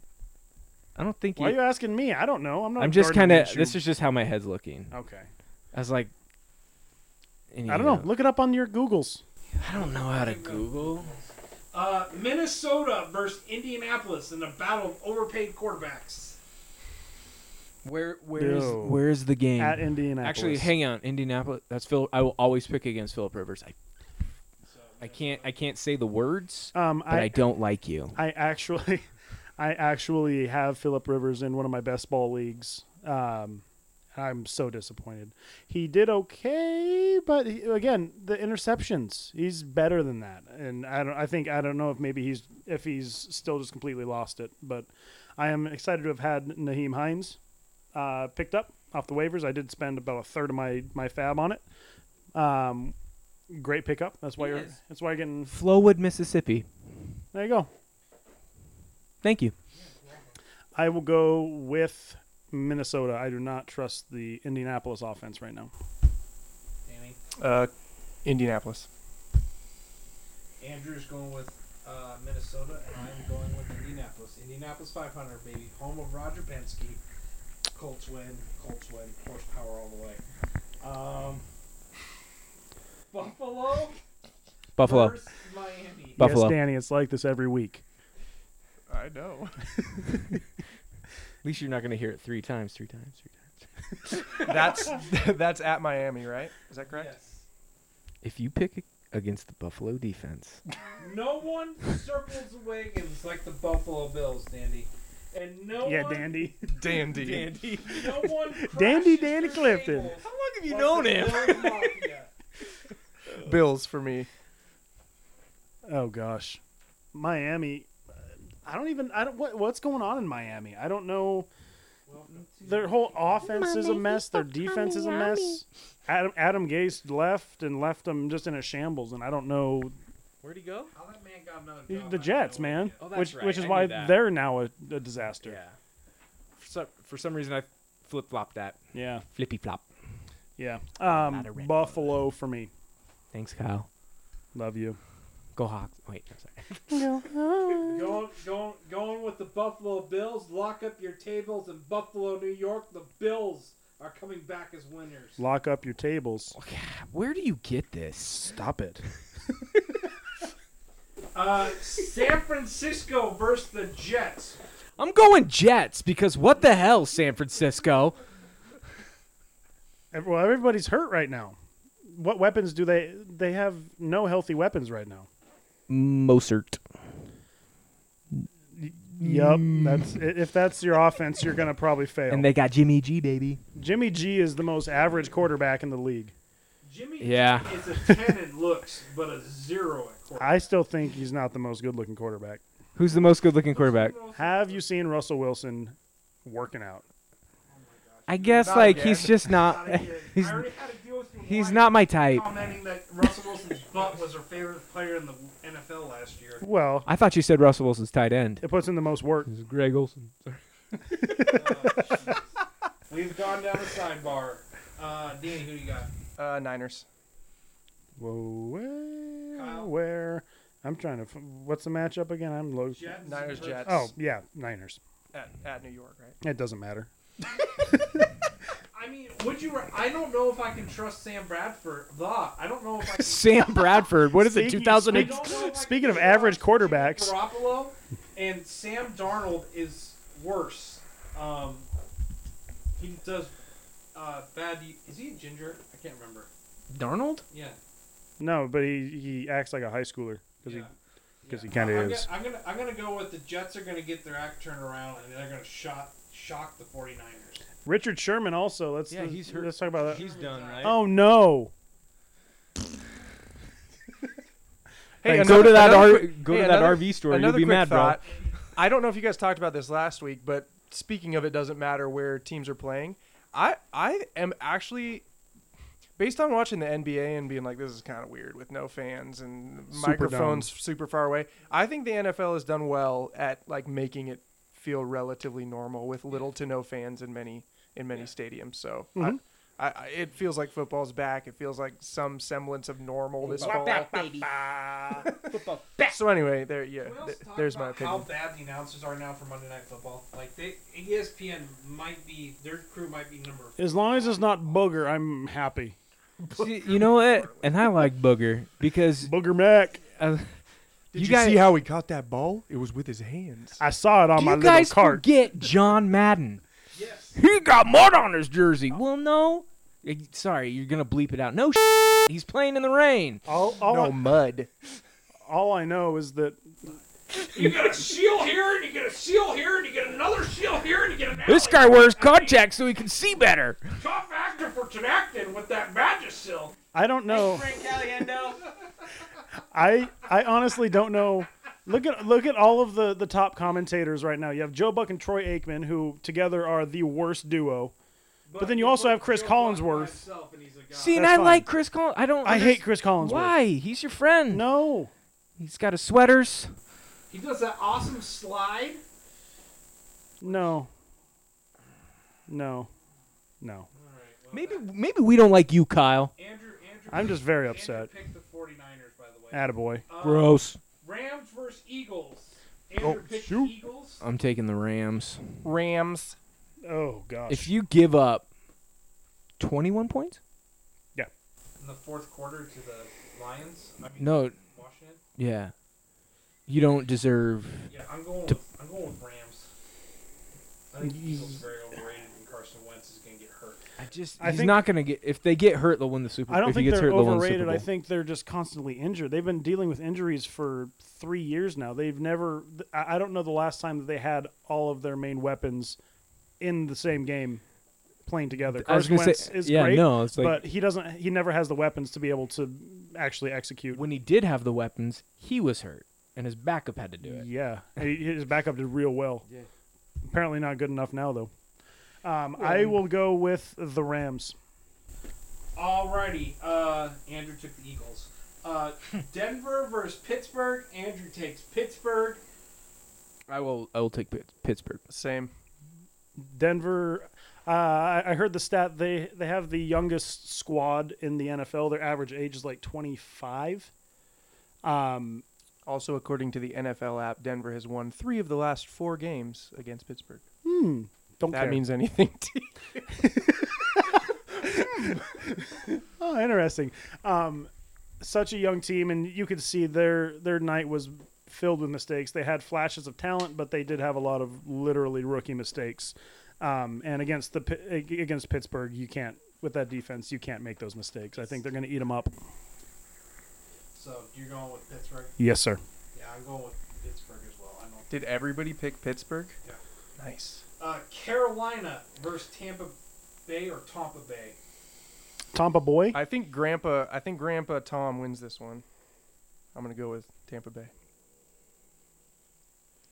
Speaker 3: I don't think. He,
Speaker 2: Why are you asking me? I don't know. I'm not.
Speaker 3: I'm just
Speaker 2: kind of.
Speaker 3: This is just how my head's looking.
Speaker 2: okay.
Speaker 3: I was like.
Speaker 2: I don't know. Look it up on your Googles.
Speaker 3: I don't know how to Google.
Speaker 1: Uh, Minnesota versus Indianapolis in a battle of overpaid quarterbacks.
Speaker 3: Where where's
Speaker 2: No.
Speaker 3: where's the game?
Speaker 2: At Indianapolis.
Speaker 3: Actually, hang on, Indianapolis. That's Phil. I will always pick against Philip Rivers. I, I can't. I can't say the words,
Speaker 2: Um,
Speaker 3: but I, don't like you.
Speaker 2: I actually, I actually have Philip Rivers in one of my best ball leagues. Um, I'm so disappointed. He did okay, but he, again, the interceptions. He's better than that, and I don't. I think I don't know if maybe he's if he's still just completely lost it. But I am excited to have had Naheem Hines uh, picked up off the waivers. I did spend about a third of my my fab on it. Um, great pickup. That's why you're.
Speaker 3: Yes.
Speaker 2: That's why you're getting.
Speaker 3: Flowwood, Mississippi.
Speaker 2: There you go.
Speaker 3: Thank you.
Speaker 2: I will go with Minnesota. I do not trust the Indianapolis offense right now.
Speaker 1: Danny.
Speaker 4: Uh, Indianapolis.
Speaker 1: Andrew's going with uh, Minnesota, and I'm going with Indianapolis. Indianapolis 500, baby. Home of Roger Penske. Colts win. Colts win. Horsepower all the way. Um, Buffalo.
Speaker 3: Buffalo.
Speaker 1: versus Miami.
Speaker 3: Buffalo.
Speaker 2: Yes, Danny, it's like this every week.
Speaker 4: I know.
Speaker 3: At least you're not going to hear it three times, three times, three times.
Speaker 4: That's that's at Miami, right? Is that correct?
Speaker 1: Yes.
Speaker 3: If you pick against the Buffalo defense,
Speaker 1: No one circles the wagons like the Buffalo Bills, Dandy. And no
Speaker 2: yeah,
Speaker 1: one,
Speaker 2: Dandy.
Speaker 4: Dandy.
Speaker 1: No one crashes
Speaker 2: Dandy Danny
Speaker 1: their
Speaker 2: Clifton.
Speaker 1: tables
Speaker 3: how long have
Speaker 1: like the Bills Mafia.
Speaker 4: Bills for me.
Speaker 2: Oh gosh, Miami. I don't even. I don't. What, what's going on in Miami? I don't know.
Speaker 1: Welcome to
Speaker 2: Their whole offense is a mess. Their defense is a mess. Adam Adam Gase left and left them just in a shambles, and I don't know
Speaker 3: Where'd he go?
Speaker 1: How that man got another job, I
Speaker 2: the
Speaker 1: have
Speaker 2: Jets,
Speaker 1: no
Speaker 2: man.
Speaker 1: idea.
Speaker 3: Oh, that's
Speaker 2: which
Speaker 3: right.
Speaker 2: which is
Speaker 3: I
Speaker 2: why
Speaker 3: knew that.
Speaker 2: they're now a, a disaster.
Speaker 3: Yeah. For some, for some reason, I flip flopped that.
Speaker 2: Yeah,
Speaker 3: Flippy flop.
Speaker 2: yeah.
Speaker 3: Not
Speaker 2: Um,
Speaker 3: a red
Speaker 2: Buffalo for me.
Speaker 3: Thanks, Kyle.
Speaker 2: Love you.
Speaker 3: Go Hawks. Wait, I'm sorry.
Speaker 1: Going, going, going with the Buffalo Bills. Lock up your tables in Buffalo, New York. The Bills are coming back as winners.
Speaker 2: Lock up your tables.
Speaker 3: Where do you get this?
Speaker 2: Stop it.
Speaker 1: Uh, San Francisco versus the Jets.
Speaker 3: I'm going Jets because what the hell, San Francisco?
Speaker 2: Every- Well, everybody's hurt right now. What weapons do they? They have no healthy weapons right now.
Speaker 3: Mosert.
Speaker 2: Yep, that's i- if that's your offense, you're gonna probably fail.
Speaker 3: And they got Jimmy G, baby.
Speaker 2: Jimmy G is the most average quarterback in the league.
Speaker 1: Jimmy
Speaker 3: Yeah.
Speaker 1: G is a ten in looks, but a zero at quarterback.
Speaker 2: I still think he's not the most good-looking quarterback.
Speaker 3: Who's the most good looking quarterback?
Speaker 2: Have you seen Russell Wilson working out?
Speaker 3: I guess,
Speaker 4: Not
Speaker 3: like,
Speaker 4: again.
Speaker 3: he's just not.
Speaker 1: Gotta get-
Speaker 3: Uh, He's,
Speaker 1: I already had to deal with some
Speaker 3: he's
Speaker 1: lies
Speaker 3: not my type.
Speaker 1: commenting that Russell Wilson's butt was her favorite player in the NFL last year.
Speaker 2: Well,
Speaker 3: I thought you said Russell Wilson's tight end.
Speaker 2: it puts in the most work.
Speaker 3: This is Greg Olson.
Speaker 1: We've gone down the sidebar. Uh, Danny, who do you got?
Speaker 4: Uh, Niners.
Speaker 2: Whoa, where,
Speaker 1: Kyle?
Speaker 2: where? I'm trying to. f- What's the matchup again? I'm low.
Speaker 1: Jets.
Speaker 4: Niners,
Speaker 1: versus-
Speaker 4: Jets.
Speaker 2: Oh yeah, Niners.
Speaker 4: At, at New York, right?
Speaker 2: It doesn't matter.
Speaker 1: I mean, would you? ra- I don't know if I can trust Sam Bradford. Blah. I don't know if I. Can,
Speaker 3: Sam Bradford. What is it,
Speaker 2: Speaking-
Speaker 3: 2000?
Speaker 1: I
Speaker 3: and-
Speaker 1: don't know if I can
Speaker 2: Speaking of
Speaker 1: trust
Speaker 2: average
Speaker 1: Jimmy
Speaker 2: quarterbacks.
Speaker 1: Garoppolo and Sam Darnold is worse. Um, he does uh, bad. Is he a ginger? I can't remember.
Speaker 3: Darnold?
Speaker 1: Yeah.
Speaker 2: No, but he he acts like a high schooler because
Speaker 1: yeah.
Speaker 2: he 'cause he
Speaker 1: Yeah.
Speaker 2: kinda
Speaker 1: I'm gonna-
Speaker 2: is.
Speaker 1: I'm gonna I'm gonna go with the Jets are gonna get their act turned around and they're gonna shock shock the 49ers.
Speaker 2: Richard Sherman also. Let's
Speaker 3: Yeah,
Speaker 2: let's,
Speaker 3: he's hurt.
Speaker 2: let's talk about that.
Speaker 3: He's done, right?
Speaker 2: Oh no.
Speaker 3: Hey, go to that R- go to that RV store. You'll
Speaker 4: another
Speaker 3: be
Speaker 4: quick
Speaker 3: mad, bro.
Speaker 4: thought. I don't know if you guys talked about this last week, but speaking of it doesn't matter where teams are playing. I I am actually based on watching the NBA and being like this is kind of weird with no fans and
Speaker 2: Superdome.
Speaker 4: microphones super far away. I think the NFL has done well at like making it feel relatively normal with little to no fans in many in many stadiums. So I-
Speaker 2: Mhm.
Speaker 4: I, I, it feels like football's back. It feels like some semblance of normal this fall.
Speaker 7: baby.
Speaker 4: So anyway, there yeah,
Speaker 1: Can we also
Speaker 4: th-
Speaker 1: talk
Speaker 4: there's my
Speaker 1: about
Speaker 4: opinion.
Speaker 1: How bad the announcers are now for Monday Night Football. Like they E ESPN might be their crew might be number.
Speaker 2: As long as it's not booger, I'm happy.
Speaker 3: See, you know what? And I like Booger because
Speaker 2: Booger Mac.
Speaker 3: uh,
Speaker 4: Did
Speaker 3: you
Speaker 4: you, Uh,
Speaker 3: guys-
Speaker 4: see how he caught that ball? It was with his hands.
Speaker 2: I saw it on
Speaker 3: do
Speaker 2: my
Speaker 3: you
Speaker 2: little
Speaker 3: guys
Speaker 2: cart.
Speaker 3: forget John Madden.
Speaker 1: Yes.
Speaker 3: He got mud on his jersey. Well, no. Uh,
Speaker 7: Eh,
Speaker 3: Sorry, you're gonna bleep it out. No, he's playing in the rain.
Speaker 2: all, all,
Speaker 4: mud.
Speaker 2: all I know is that
Speaker 1: You get a seal here, and you get a seal here, and you get another seal here, and you get an.
Speaker 7: This guy
Speaker 1: alley.
Speaker 7: wears contacts so he can see better.
Speaker 1: Top actor for Tenactin with that Magisil.
Speaker 2: I don't know.
Speaker 8: Frank Caliendo.
Speaker 2: I I honestly don't know. Look at look at all of the the top commentators right now. You have Joe Buck and Troy Aikman, who together are the worst duo. But then you also have Chris Collinsworth.
Speaker 7: See, and
Speaker 2: That's
Speaker 7: I
Speaker 2: fine.
Speaker 7: like Chris Collins. I don't.
Speaker 2: I hate
Speaker 7: understand-
Speaker 2: Chris Collinsworth.
Speaker 7: Why? He's your friend.
Speaker 2: No.
Speaker 7: He's got his sweaters.
Speaker 1: He does that awesome slide.
Speaker 2: No. No. No.
Speaker 7: Maybe maybe we don't like you, Kyle.
Speaker 1: Andrew, Andrew.
Speaker 2: I'm just very
Speaker 1: Andrew
Speaker 2: upset.
Speaker 1: picked the 49ers, by the way.
Speaker 2: Attaboy.
Speaker 1: Um,
Speaker 7: Gross.
Speaker 1: Rams versus Eagles.
Speaker 7: Oh,
Speaker 1: Andrew picked the Eagles.
Speaker 7: Uh.
Speaker 3: I'm taking the Rams.
Speaker 4: Rams.
Speaker 2: Oh gosh.
Speaker 7: If you give up 21 points?
Speaker 1: in the fourth quarter to the Lions. I mean,
Speaker 7: No,
Speaker 1: Washington.
Speaker 7: yeah. You don't deserve.
Speaker 1: Yeah, I'm going.
Speaker 7: To-
Speaker 1: With, I'm going with Rams. I think the Eagles are very overrated, and Carson Wentz is going to get hurt.
Speaker 7: I just
Speaker 2: I
Speaker 7: he's
Speaker 2: think-
Speaker 7: not going to get if they get hurt they'll win the Super Bowl.
Speaker 2: I don't
Speaker 7: if he
Speaker 2: think
Speaker 7: gets
Speaker 2: they're
Speaker 7: hurt, they'll win the Super
Speaker 2: overrated. I
Speaker 7: Bowl.
Speaker 2: think they're just constantly injured. They've been dealing with injuries for three years now. They've never. th- I I don't know the last time that they had all of their main weapons in the same game playing together.
Speaker 7: I was
Speaker 2: Carson
Speaker 7: gonna
Speaker 2: Wentz
Speaker 7: say
Speaker 2: is
Speaker 7: yeah,
Speaker 2: great,
Speaker 7: no, it's like
Speaker 2: but he doesn't. He never has the weapons to be able to actually execute.
Speaker 7: when he did have the weapons, he was hurt and his backup had to do it.
Speaker 2: Yeah, He- his backup did real well.
Speaker 7: Yeah.
Speaker 2: Apparently not good enough now though. Um, I will go with the Rams.
Speaker 1: Alrighty, uh, Andrew took the Eagles. Uh, Denver versus Pittsburgh. Andrew takes Pittsburgh.
Speaker 7: I will I will take Pitt- Pittsburgh.
Speaker 4: Same.
Speaker 2: Denver. Uh, I I heard the stat they they have the youngest squad in the NFL. Their average age is like 25. Um,
Speaker 4: Also, according to the NFL app, Denver has won three of the last four games against Pittsburgh.
Speaker 2: hmm, don't
Speaker 4: If that
Speaker 2: care.
Speaker 4: means anything to you.
Speaker 2: oh, interesting. Um, such a young team, and you could see their their night was filled with mistakes. They had flashes of talent, but they did have a lot of literally rookie mistakes. Um, and against the Pi- against Pittsburgh, you can't with that defense, you can't make those mistakes. I think they're going to eat them up.
Speaker 1: So you're going with Pittsburgh.
Speaker 2: Yes, sir.
Speaker 1: Yeah, I'm going with Pittsburgh as well. I know.
Speaker 4: Did everybody pick Pittsburgh?
Speaker 1: Yeah.
Speaker 4: Nice.
Speaker 1: Uh, Carolina versus Tampa Bay or Tampa Bay.
Speaker 2: Tampa boy.
Speaker 4: I think Grandpa. I think Grandpa Tom wins this one. I'm gonna go with Tampa Bay.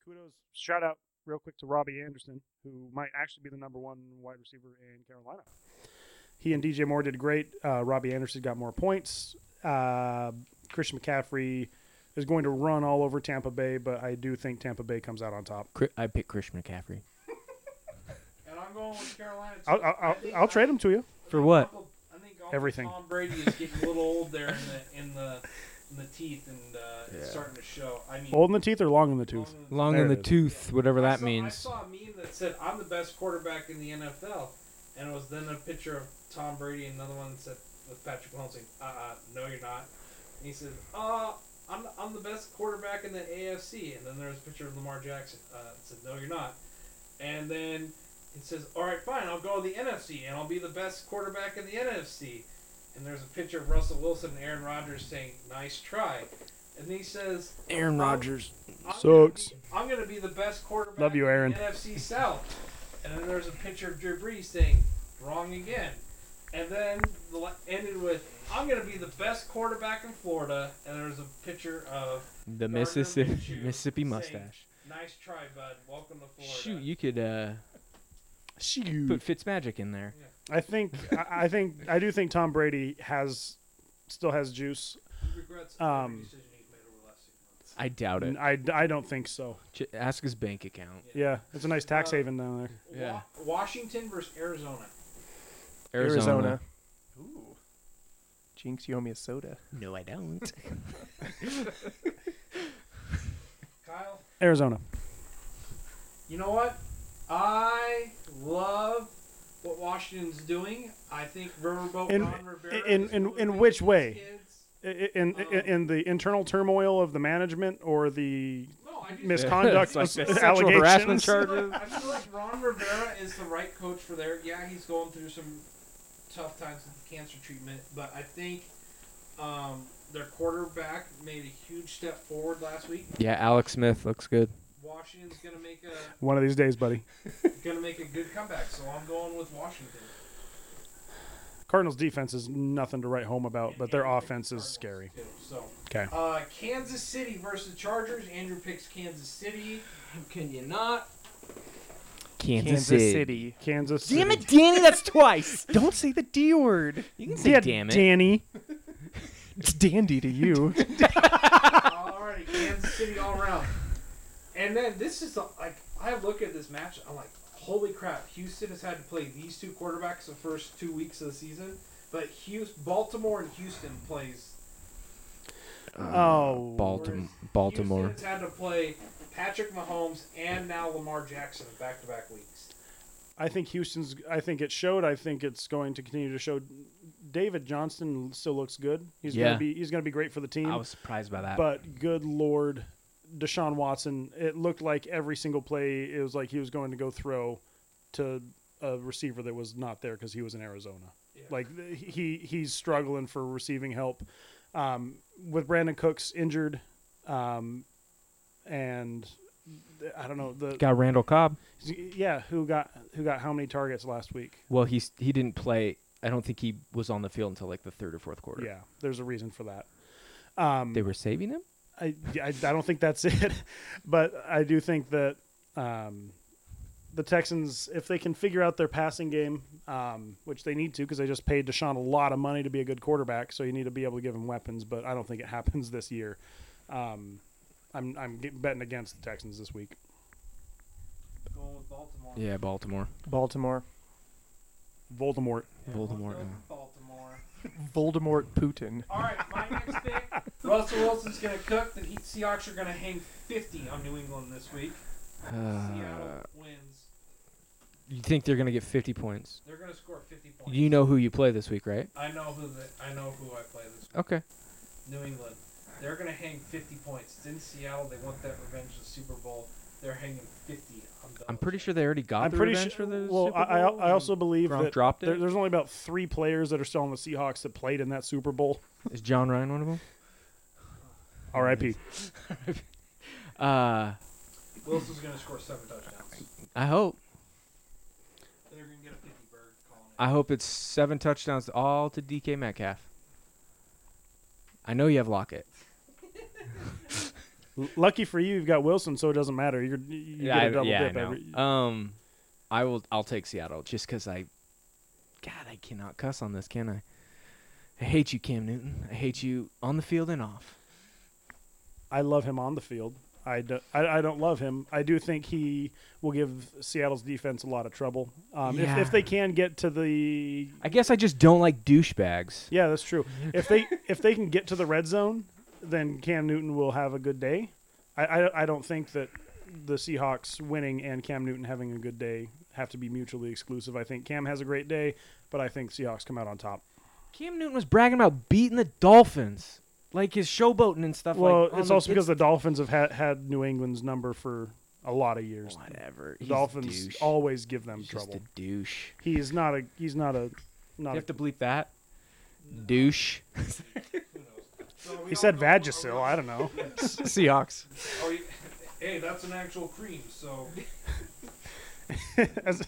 Speaker 2: kudos shout out real quick to Robbie Anderson, who might actually be the number one wide receiver in Carolina. He and DJ Moore did great. Uh, Robbie Anderson got more points. Uh, Christian McCaffrey is going to run all over Tampa Bay, but I do think Tampa Bay comes out on top.
Speaker 7: Cri- I pick Christian McCaffrey.
Speaker 1: And I'm going with Carolina. too.
Speaker 2: I'll, I'll, I'll, I'll trade him to you.
Speaker 7: For what?
Speaker 1: Uncle- I think Uncle
Speaker 2: Everything.
Speaker 1: Tom Brady is getting a little old there in the in the in the teeth and uh, it's starting to show. I mean,
Speaker 2: Old in the teeth or long in the tooth?
Speaker 1: Long-
Speaker 7: Long
Speaker 2: There
Speaker 7: in
Speaker 2: it
Speaker 7: the
Speaker 2: is.
Speaker 7: tooth, whatever
Speaker 1: I
Speaker 7: that
Speaker 1: saw- I
Speaker 7: means.
Speaker 1: saw a meme that said, "I'm the best quarterback in the NFL," and it was then a picture of Tom Brady, and another one that said with Patrick Mahomes saying, "Uh, uh no, you're not." And he said, "Uh, I'm I'm the best quarterback in the AFC," and then there was a picture of Lamar Jackson. Uh, it said, "No, you're not," and then it says, "All right, fine, I'll go to the NFC, and I'll be the best quarterback in the NFC." And there's a picture of Russell Wilson and Aaron Rodgers saying, "Nice try," and he says.
Speaker 7: Aaron Rodgers.
Speaker 1: I'm
Speaker 2: Sucks.
Speaker 1: Gonna be, I'm going to be the best quarterback
Speaker 2: Love you, Aaron.
Speaker 1: in the NFC South. And then there's a picture of Drew Brees saying, wrong again. And then the le- ended with, I'm going to be the best quarterback in Florida. And there's a picture of,
Speaker 7: The
Speaker 1: Gardner
Speaker 7: Mississippi
Speaker 1: Minshew
Speaker 7: Mississippi
Speaker 1: saying,
Speaker 7: mustache.
Speaker 1: nice try, bud. Welcome to Florida.
Speaker 7: Shoot, you could uh,
Speaker 2: Shoot.
Speaker 7: put Fitzmagic in there.
Speaker 2: I think I, I think I do think Tom Brady has still has juice.
Speaker 1: He regrets
Speaker 2: Um,
Speaker 1: every decision he's made over the last six months.
Speaker 7: I doubt it.
Speaker 2: I, I don't think so.
Speaker 7: Ch- ask his bank account.
Speaker 2: Yeah, it's a nice tax
Speaker 1: Uh,
Speaker 2: haven down there.
Speaker 7: Yeah.
Speaker 1: Wa- Washington versus Arizona.
Speaker 4: Arizona.
Speaker 7: Arizona.
Speaker 4: Ooh. Jinx, you owe me a soda.
Speaker 7: No, I don't.
Speaker 1: Kyle,
Speaker 2: Arizona.
Speaker 1: you know what? I love what Washington's doing. I think Riverboat
Speaker 2: In-
Speaker 1: Ron Rivera
Speaker 2: in-
Speaker 1: is
Speaker 2: in-
Speaker 1: doing
Speaker 2: in
Speaker 1: it
Speaker 2: which
Speaker 1: for his
Speaker 2: way?
Speaker 1: kids.
Speaker 2: I- in,
Speaker 1: Um,
Speaker 2: in in the internal turmoil of the management or the
Speaker 1: No, I just
Speaker 2: misconduct
Speaker 7: It's like
Speaker 2: of-
Speaker 7: the sexual
Speaker 2: allegations.
Speaker 7: harassment
Speaker 1: I
Speaker 7: charge.
Speaker 1: feel like- I feel like Ron Rivera is the right coach for there. Yeah, he's going through some tough times with the cancer treatment, but I think Um, their quarterback made a huge step forward last week.
Speaker 9: Yeah, Alex Smith looks good.
Speaker 1: Washington's gonna make a
Speaker 2: One of these days, buddy.
Speaker 1: gonna make a good comeback, so I'm going with Washington.
Speaker 2: Cardinals defense is nothing to write home about, but their offense is scary.
Speaker 1: Too, so
Speaker 2: Okay.
Speaker 1: uh, Kansas City versus the Chargers. Andrew picks Kansas City. How can you not?
Speaker 3: Kansas,
Speaker 4: Kansas
Speaker 3: City.
Speaker 4: City.
Speaker 2: Kansas City.
Speaker 3: Damn it, Danny, that's twice.
Speaker 4: Don't say the D word.
Speaker 3: You can say
Speaker 2: Yeah,
Speaker 3: damn it.
Speaker 2: Danny.
Speaker 4: It's dandy to you.
Speaker 1: Alrighty, Kansas City all around. And then this is the- like I look at this match. I'm like, holy crap! Houston has had to play these two quarterbacks the first two weeks of the season, but Houston, Baltimore, and Houston plays.
Speaker 3: Uh,
Speaker 2: Oh.
Speaker 9: Baltim- Baltimore.
Speaker 1: Houston's had to play Patrick Mahomes and now Lamar Jackson back to back weeks.
Speaker 2: I think Houston's. I think it showed. I think it's going to continue to show. David Johnston still looks good. He's
Speaker 3: Yeah.
Speaker 2: gonna be. He's gonna be great for the team.
Speaker 3: I was surprised by that.
Speaker 2: But good lord, Deshaun Watson. It looked like every single play. It was like he was going to go throw to a receiver that was not there because he was in Arizona.
Speaker 1: Yeah.
Speaker 2: Like th- he he's struggling for receiving help. Um, with Brandon Cooks injured, um, and th- I don't know the
Speaker 3: Got Randall Cobb.
Speaker 2: yeah who got who got how many targets last week.
Speaker 3: Well, he's he didn't play. I don't think he was on the field until like the third or fourth quarter.
Speaker 2: Yeah, there's a reason for that. Um,
Speaker 3: They were saving him.
Speaker 2: I, I, I don't think that's it, but I do think that um, the Texans, if they can figure out their passing game, um, which they need to because they just paid Deshaun a lot of money to be a good quarterback, so you need to be able to give him weapons, but I don't think it happens this year. Um, I'm, I'm get- betting against the Texans this week.
Speaker 1: Going with Baltimore.
Speaker 3: Yeah, Baltimore.
Speaker 4: Baltimore.
Speaker 2: Voldemort.
Speaker 3: Baltimore.
Speaker 1: Let's go with Baltimore.
Speaker 4: Voldemort Putin.
Speaker 1: All right, my next pick. Russell Wilson's going to cook. The Heat Seahawks are going to hang 50 on New England this week. Seattle
Speaker 3: Uh,
Speaker 1: wins.
Speaker 3: you think they're gonna get 50 points?
Speaker 1: They're going to score 50 points.
Speaker 3: You know who you play this week, right?
Speaker 1: I know who the, I know who I play this
Speaker 3: Okay.
Speaker 1: week. New England. They're going to hang 50 points. It's in Seattle. They want that revenge of the Super Bowl. They're hanging 50 on
Speaker 3: I'm
Speaker 1: Belichick.
Speaker 3: pretty sure they already got
Speaker 2: I'm
Speaker 3: the
Speaker 2: pretty
Speaker 3: revenge
Speaker 2: sure.
Speaker 3: for the
Speaker 2: Well,
Speaker 3: Super
Speaker 2: I, I,
Speaker 3: Bowl
Speaker 2: I
Speaker 3: and
Speaker 2: also believe
Speaker 3: Gronk
Speaker 2: that
Speaker 3: dropped
Speaker 2: there,
Speaker 3: it.
Speaker 2: there's only about three players that are still on the Seahawks that played in that Super Bowl.
Speaker 3: Is John Ryan one of them?
Speaker 2: R.I.P.
Speaker 3: Uh,
Speaker 1: Wilson's going to score seven touchdowns.
Speaker 3: I hope.
Speaker 1: They're going to get a 50 bird calling it.
Speaker 3: I hope it's seven touchdowns all to DK Metcalf. I know you have Lockett.
Speaker 2: L- Lucky for you, you've got Wilson, so it doesn't matter. You're you
Speaker 3: I,
Speaker 2: get a double
Speaker 3: yeah, I
Speaker 2: dip
Speaker 3: know.
Speaker 2: every.
Speaker 3: Um, I will. I'll take Seattle just because I. God, I cannot cuss on this, can I? I hate you, Cam Newton. I hate you on the field and off.
Speaker 2: I love him on the field. I, do, not love him. I do think he will give Seattle's defense a lot of trouble. Um,
Speaker 3: Yeah.
Speaker 2: if, if they can get to the
Speaker 3: I guess I just don't like douchebags.
Speaker 2: yeah, that's true. If they if they can get to the red zone, then Cam Newton will have a good day. I, I I don't think that the Seahawks winning and Cam Newton having a good day have to be mutually exclusive. I think Cam has a great day, but I think Seahawks come out on top.
Speaker 3: Cam Newton was bragging about beating the Dolphins, like his showboating and stuff.
Speaker 2: Well,
Speaker 3: like, on
Speaker 2: it's
Speaker 3: the-
Speaker 2: also because the Dolphins have had, had New England's number for a lot of years.
Speaker 3: whatever.
Speaker 2: The
Speaker 3: He's a
Speaker 2: Dolphins
Speaker 3: douche.
Speaker 2: always give them
Speaker 3: He's just
Speaker 2: trouble.
Speaker 3: a douche.
Speaker 2: He's not a. He's not a. Not
Speaker 3: You
Speaker 2: a,
Speaker 3: have to bleep that. Douche.
Speaker 1: Who knows? So we all
Speaker 2: he said
Speaker 1: know- are we
Speaker 2: Vagisil.
Speaker 1: all-
Speaker 2: I don't know.
Speaker 4: Seahawks.
Speaker 1: are we- Hey, that's an actual cream, so.
Speaker 2: As-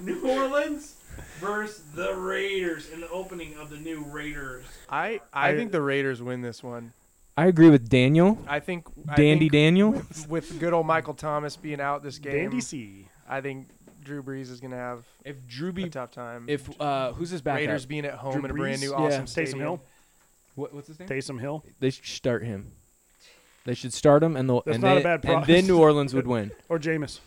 Speaker 1: New Orleans versus the Raiders in the opening of the new Raiders.
Speaker 4: I, I
Speaker 2: I-
Speaker 4: think the Raiders win this one.
Speaker 3: I agree with Daniel.
Speaker 4: I think I
Speaker 3: Dandy
Speaker 4: think
Speaker 3: Daniel.
Speaker 4: with good old Michael Thomas being out this game,
Speaker 2: Dandy C.
Speaker 4: I think Drew Brees is gonna have
Speaker 3: If Drew
Speaker 4: a
Speaker 3: be,
Speaker 4: tough time.
Speaker 3: if uh, who's his backup?
Speaker 4: Raiders being at home
Speaker 2: Drew
Speaker 4: in a brand
Speaker 2: Brees?
Speaker 4: new
Speaker 2: Yeah.
Speaker 4: awesome
Speaker 2: Taysom
Speaker 4: stadium.
Speaker 2: Hill.
Speaker 3: What, what's his name?
Speaker 2: Taysom Hill.
Speaker 3: They should start him. They should start him, and they'll,
Speaker 2: That's
Speaker 3: and,
Speaker 2: not a
Speaker 3: then,
Speaker 2: bad
Speaker 3: and
Speaker 2: promise.
Speaker 3: then New Orleans would win.
Speaker 2: Or Jameis.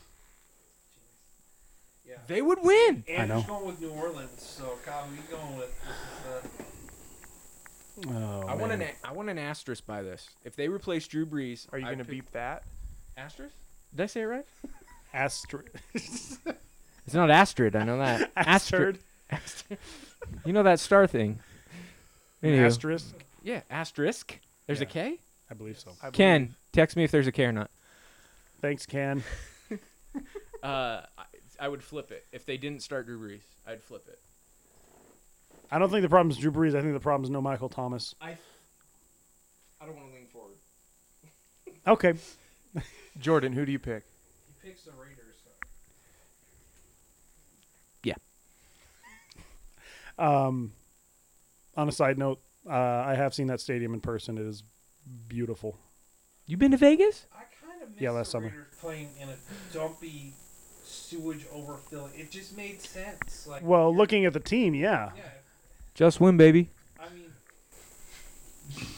Speaker 1: Yeah.
Speaker 3: They would win.
Speaker 1: And
Speaker 2: know.
Speaker 1: going with New Orleans, so Kyle, who you going with? This is,
Speaker 2: Oh,
Speaker 3: I want an a- I want an asterisk by this. If they replace Drew Brees,
Speaker 4: Are you
Speaker 3: I'd
Speaker 4: gonna
Speaker 3: pick-
Speaker 4: beep that?
Speaker 3: asterisk? Did I say it right?
Speaker 2: Aster-
Speaker 3: It's not Astrid. I know that.
Speaker 2: Astrid.
Speaker 3: Astrid. You know that star thing. Anywho.
Speaker 2: Asterisk.
Speaker 3: yeah, asterisk. There's a
Speaker 2: Yeah.
Speaker 3: K.
Speaker 2: I believe so.
Speaker 4: I believe-
Speaker 3: Ken, text me if there's a K or not.
Speaker 2: Thanks, Can.
Speaker 3: Uh, I, I would flip it if they didn't start Drew Brees. I'd flip it.
Speaker 2: I don't think the problem is Drew Brees. I think the problem is no Michael Thomas.
Speaker 3: I don't want to lean forward.
Speaker 2: Okay.
Speaker 4: Jordan, who do you pick?
Speaker 1: He picks the Raiders. So.
Speaker 2: Um, on a side note, uh, I have seen that stadium in person. It is beautiful.
Speaker 7: You been to Vegas?
Speaker 1: I kind of miss
Speaker 2: Yeah, last
Speaker 1: the
Speaker 2: summer.
Speaker 1: Raiders playing in a dumpy sewage overfill. It just made sense. Like,
Speaker 2: Well, looking at the team, yeah.
Speaker 1: yeah,
Speaker 7: Just win, baby.
Speaker 1: I mean,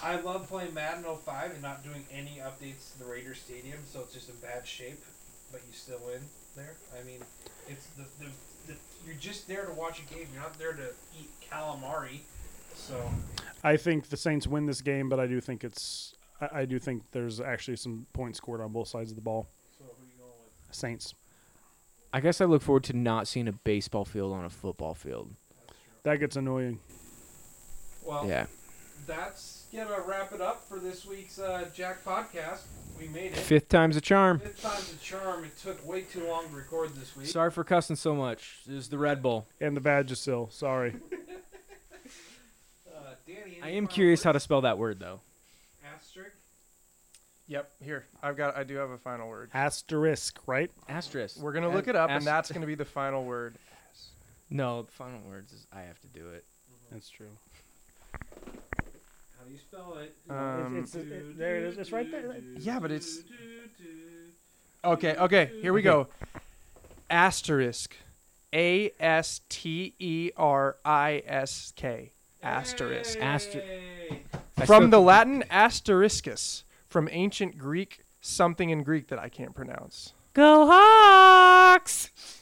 Speaker 1: I love playing Madden 05 and not doing any updates to the Raiders Stadium, so it's just in bad shape, but you still win there. I mean, it's the, the, the you're just there to watch a game. You're not there to eat calamari. So
Speaker 2: I think the Saints win this game, but I do think it's. I, I do think there's actually some points scored on both sides of the ball.
Speaker 1: so who you going with?
Speaker 2: Saints.
Speaker 7: I guess I look forward to not seeing a baseball field on a football field.
Speaker 2: That gets annoying.
Speaker 1: Well,
Speaker 7: Yeah.
Speaker 1: that's gonna wrap it up for this week's uh, Jack podcast. We made it.
Speaker 7: Fifth time's a charm.
Speaker 1: Fifth time's a charm. It took way too long to record this week.
Speaker 7: Sorry for cussing so much. It was the Red Bull.
Speaker 2: And the Badgersil. Sorry.
Speaker 1: Uh, Danny,
Speaker 7: I
Speaker 1: any
Speaker 7: am
Speaker 1: final
Speaker 7: curious how to
Speaker 1: words?
Speaker 7: spell that word though.
Speaker 1: asterisk.
Speaker 4: Yep, here. I've got I do have a final word.
Speaker 2: Asterisk, right?
Speaker 7: Asterisk.
Speaker 4: We're going to look it up
Speaker 7: Ast-
Speaker 4: and that's going to be the final word.
Speaker 7: No, the final words is I have to do it.
Speaker 2: That's true.
Speaker 1: How do you spell it?
Speaker 4: Um,
Speaker 2: it's, it's- it- there it is. It's right there.
Speaker 4: Yeah, but it's- Okay, okay, here we go. Asterisk. A S T E R I S K. Asterisk.
Speaker 7: Aster-
Speaker 1: Yay!
Speaker 7: I still
Speaker 4: From the
Speaker 7: think-
Speaker 4: Latin asteriscus, from ancient Greek something in Greek that I can't pronounce.
Speaker 7: Go Hawks.